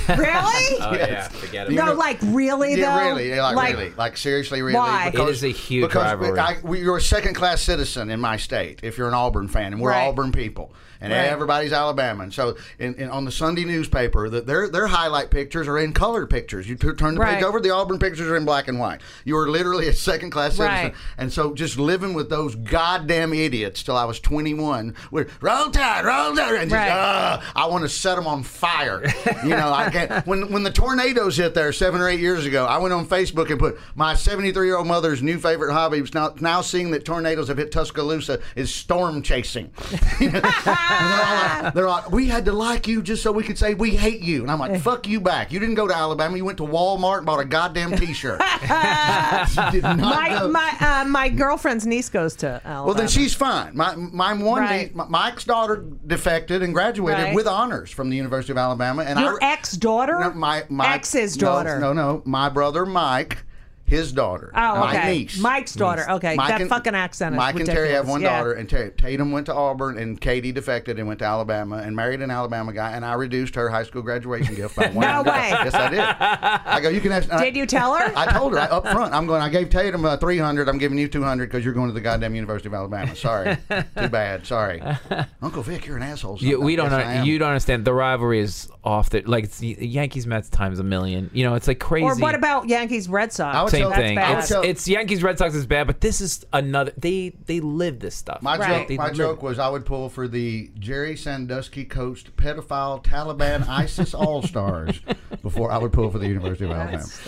S2: Really?
S4: Oh, yeah, forget
S3: You
S4: about
S2: no,
S3: know-
S2: like really
S3: Uh, Yeah,
S2: though.
S3: really. Yeah, like, really. Like seriously, really.
S2: Why? It
S4: is a huge
S3: because
S4: rivalry.
S3: I, we, you're a second class citizen in my state if you're an Auburn fan, and we're
S2: Right.
S3: Auburn people, and
S2: Right.
S3: everybody's Alabama. And so, in, in, on the Sunday newspaper, the, their their highlight pictures are in color pictures. You t- turn the
S2: Right.
S3: page over, the Auburn pictures are in black and white. You are literally a second class citizen,
S2: Right.
S3: and so just living with those goddamn idiots till I was 21. We're roll tide, roll tide, and just,
S2: Right.
S3: "Ugh, I want to set them on fire. You know, I can't. When when the tornadoes hit there seven or eight years ago, I went on Facebook and put my 73 year old mother's new favorite hobby. Is now now seeing that tornadoes have hit Tuscaloosa is storm chasing. and they're all, like, they're like, we had to like you just so we could say we hate you. And I'm like, fuck you back. You didn't go to Alabama. You went to Walmart and bought a goddamn T-shirt. You did not
S2: My
S3: go.
S2: my uh, my girlfriend's niece goes to Alabama.
S3: Well, then she's fine. My my one
S2: Right.
S3: niece- my- Mike's daughter defected and graduated
S2: Right.
S3: with honors from the University of Alabama, and
S2: your
S3: I,
S2: ex daughter.
S3: no, my my
S2: ex's
S3: no,
S2: daughter.
S3: No, no, my brother Mike, his daughter.
S2: Oh,
S3: my
S2: okay.
S3: niece.
S2: Mike's daughter. Okay,
S3: Mike
S2: that
S3: and-
S2: fucking accent is
S3: Mike and Terry have
S2: ridiculous.
S3: one
S2: Yeah.
S3: daughter, and Terry, Tatum went to Auburn, and Katie defected and went to Alabama and married an Alabama guy, and I reduced her high school graduation gift by one.
S2: No
S3: hundred
S2: way.
S3: dollars. Yes, I did. I go. You can uh, ask.
S2: Did you tell her?
S3: I told her I, up front. I'm going. I gave Tatum uh, 300. I'm giving you 200 because you're going to the goddamn University of Alabama. Sorry, too bad. Sorry, Uncle Vic, you're an asshole.
S4: You, we
S3: sometimes.
S4: don't.
S3: Yes, I
S4: know,
S3: am.
S4: you don't understand. The rivalry is off the like it's Yankees Mets times a million. You know, it's like crazy.
S2: Or what about Yankees Red Sox?
S3: I would
S4: Same same
S2: That's
S4: thing.
S2: bad.
S4: It's, it's Yankees Red Sox is bad, but this is another. They they live this stuff.
S3: My
S2: Right.
S3: joke,
S4: They
S3: my
S4: live
S3: joke
S4: it.
S3: was I would pull for the Jerry Sandusky coached pedophile Taliban ISIS All Stars before I would pull for the University of Alabama.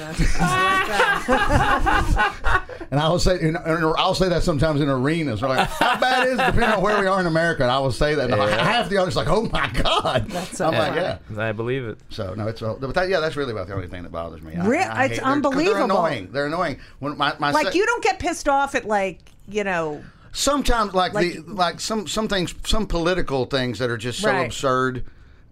S3: And I will say, and and I'll say that sometimes in arenas. They're like, "How bad is?" it?" Depending on where we are in America, and I will say that. And like, half the audience is like, "Oh my god!" That's
S2: so
S3: I'm like,
S2: funny.
S3: "Yeah."
S4: I believe it.
S3: So no, it's all, but that, yeah, that's really about the only thing that bothers me.
S2: Re-
S3: hate-
S2: it's
S3: they're- 'cause They're
S2: unbelievable.
S3: annoying. They're annoying. When my, my
S2: like
S3: sec-
S2: you don't get pissed off at like you know
S3: sometimes like,
S2: Like-
S3: the like some some things some political things that are just so
S2: Right.
S3: absurd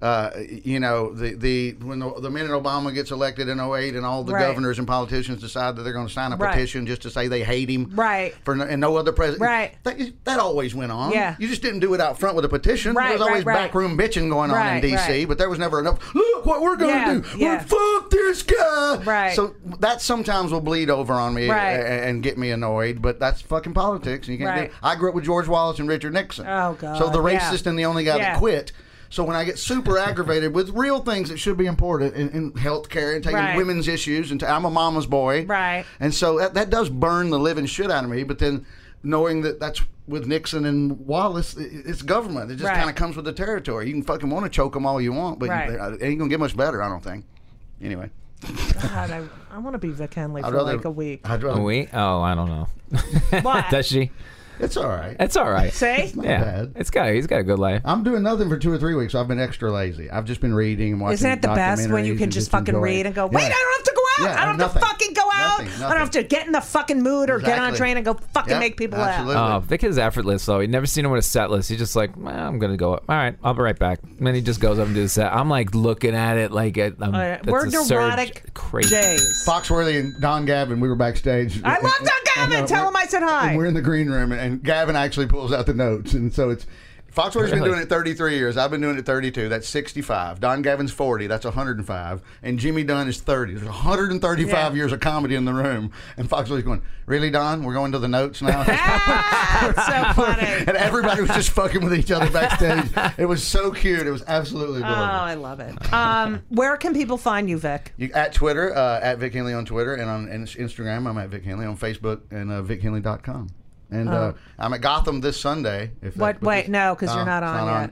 S3: uh, you know the the when the, the minute Obama gets elected in 08 and all the
S2: Right.
S3: governors and politicians decide that they're going to sign a
S2: Right.
S3: petition just to say they hate him
S2: Right.
S3: for no, and no other president
S2: Right.
S3: that, that always went on
S2: Yeah.
S3: you just didn't do it out front with a petition
S2: Right,
S3: there was always
S2: right, right.
S3: backroom bitching going on
S2: Right,
S3: in DC
S2: right.
S3: but there was never enough look what we're going to
S2: Yeah,
S3: do
S2: yeah.
S3: we're fuck this guy
S2: Right.
S3: so that sometimes will bleed over on me
S2: Right.
S3: a- a- and get me annoyed but that's fucking politics and you can't do
S2: Right.
S3: it. I grew up with George Wallace and Richard Nixon.
S2: Oh, God,
S3: So the
S2: yeah.
S3: racist and the only guy
S2: Yeah.
S3: that quit. So when I get super aggravated with real things that should be important in, in healthcare and taking
S2: Right.
S3: women's issues, and i I'm a mama's boy,
S2: Right.
S3: And so that, that does burn the living shit out of me. But then knowing that that's with Nixon and Wallace, i- i- it's government. It just
S2: Right.
S3: kind of comes with the territory. You can fucking want to choke them all you want, but you-
S2: Right.
S3: it ain't gonna get much better. I don't think. Anyway,
S2: God, I, I want to be Vic Henley
S3: I'd
S2: for
S3: rather
S2: like a week.
S3: I'd rather,
S4: Oh, we? Oh, I don't know.
S2: What?
S4: Does she?
S3: It's all right.
S4: It's all right.
S2: See?
S3: not
S4: yeah,
S3: bad.
S4: it's got he's got a good life.
S3: I'm doing nothing for two or three weeks. I've been extra lazy. I've just been reading and watching.
S2: Isn't it the best when you
S3: documentaries
S2: can
S3: and
S2: just, fucking
S3: enjoy.
S2: read and go,
S3: Yeah.
S2: wait, I don't have to go out.
S3: Yeah,
S2: I don't have
S3: nothing.
S2: to fucking go out.
S3: Nothing,
S2: I don't have to
S3: nothing.
S2: get in the fucking mood or get on a
S3: Exactly.
S2: train and go fucking
S3: Yep,
S2: make people
S3: absolutely.
S2: laugh.
S4: Oh, Vic is effortless though. You never seen him with a set list. He's just like, "Well, I'm gonna go. Up. All right, I'll be right back. And then he just goes up and does that. I'm like looking at it like i I'm,
S2: Uh,
S4: that's
S2: we're
S4: a surge.
S2: neurotic
S4: crazy.
S2: days.
S3: Foxworthy and Don Gavin, we were backstage.
S2: I love
S3: And-
S2: Don
S3: and,
S2: Gavin.
S3: uh,
S2: Tell
S3: we're-
S2: him I said hi.
S3: and we're in the green room, and, and Gavin actually pulls out the notes, and so it's. Foxworthy's been
S4: Really?
S3: doing it 33 years. I've been doing it 32. That's 65. Don Gavin's 40. That's 105. And Jimmy Dunn is 30. There's 135
S2: Yeah.
S3: years of comedy in the room. And Foxworthy's going, Really, Don? We're going to the notes now?
S2: Ah, it's so
S3: and
S2: funny.
S3: everybody was just fucking with each other backstage. It was so cute. It was absolutely
S2: Oh,
S3: adorable.
S2: I love it. Um, where can people find you, Vic?
S3: You, at Twitter, uh, at Vic Henley on Twitter, and on and Instagram, I'm at Vic Henley on Facebook and uh, VicHenley.com. And uh, I'm at Gotham this Sunday. If that-
S2: Oh. What?
S3: but
S2: Wait,
S3: this-
S2: no, because you're
S3: No,
S2: not
S3: it's
S2: on yet.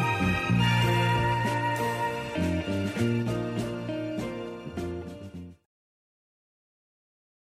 S6: long.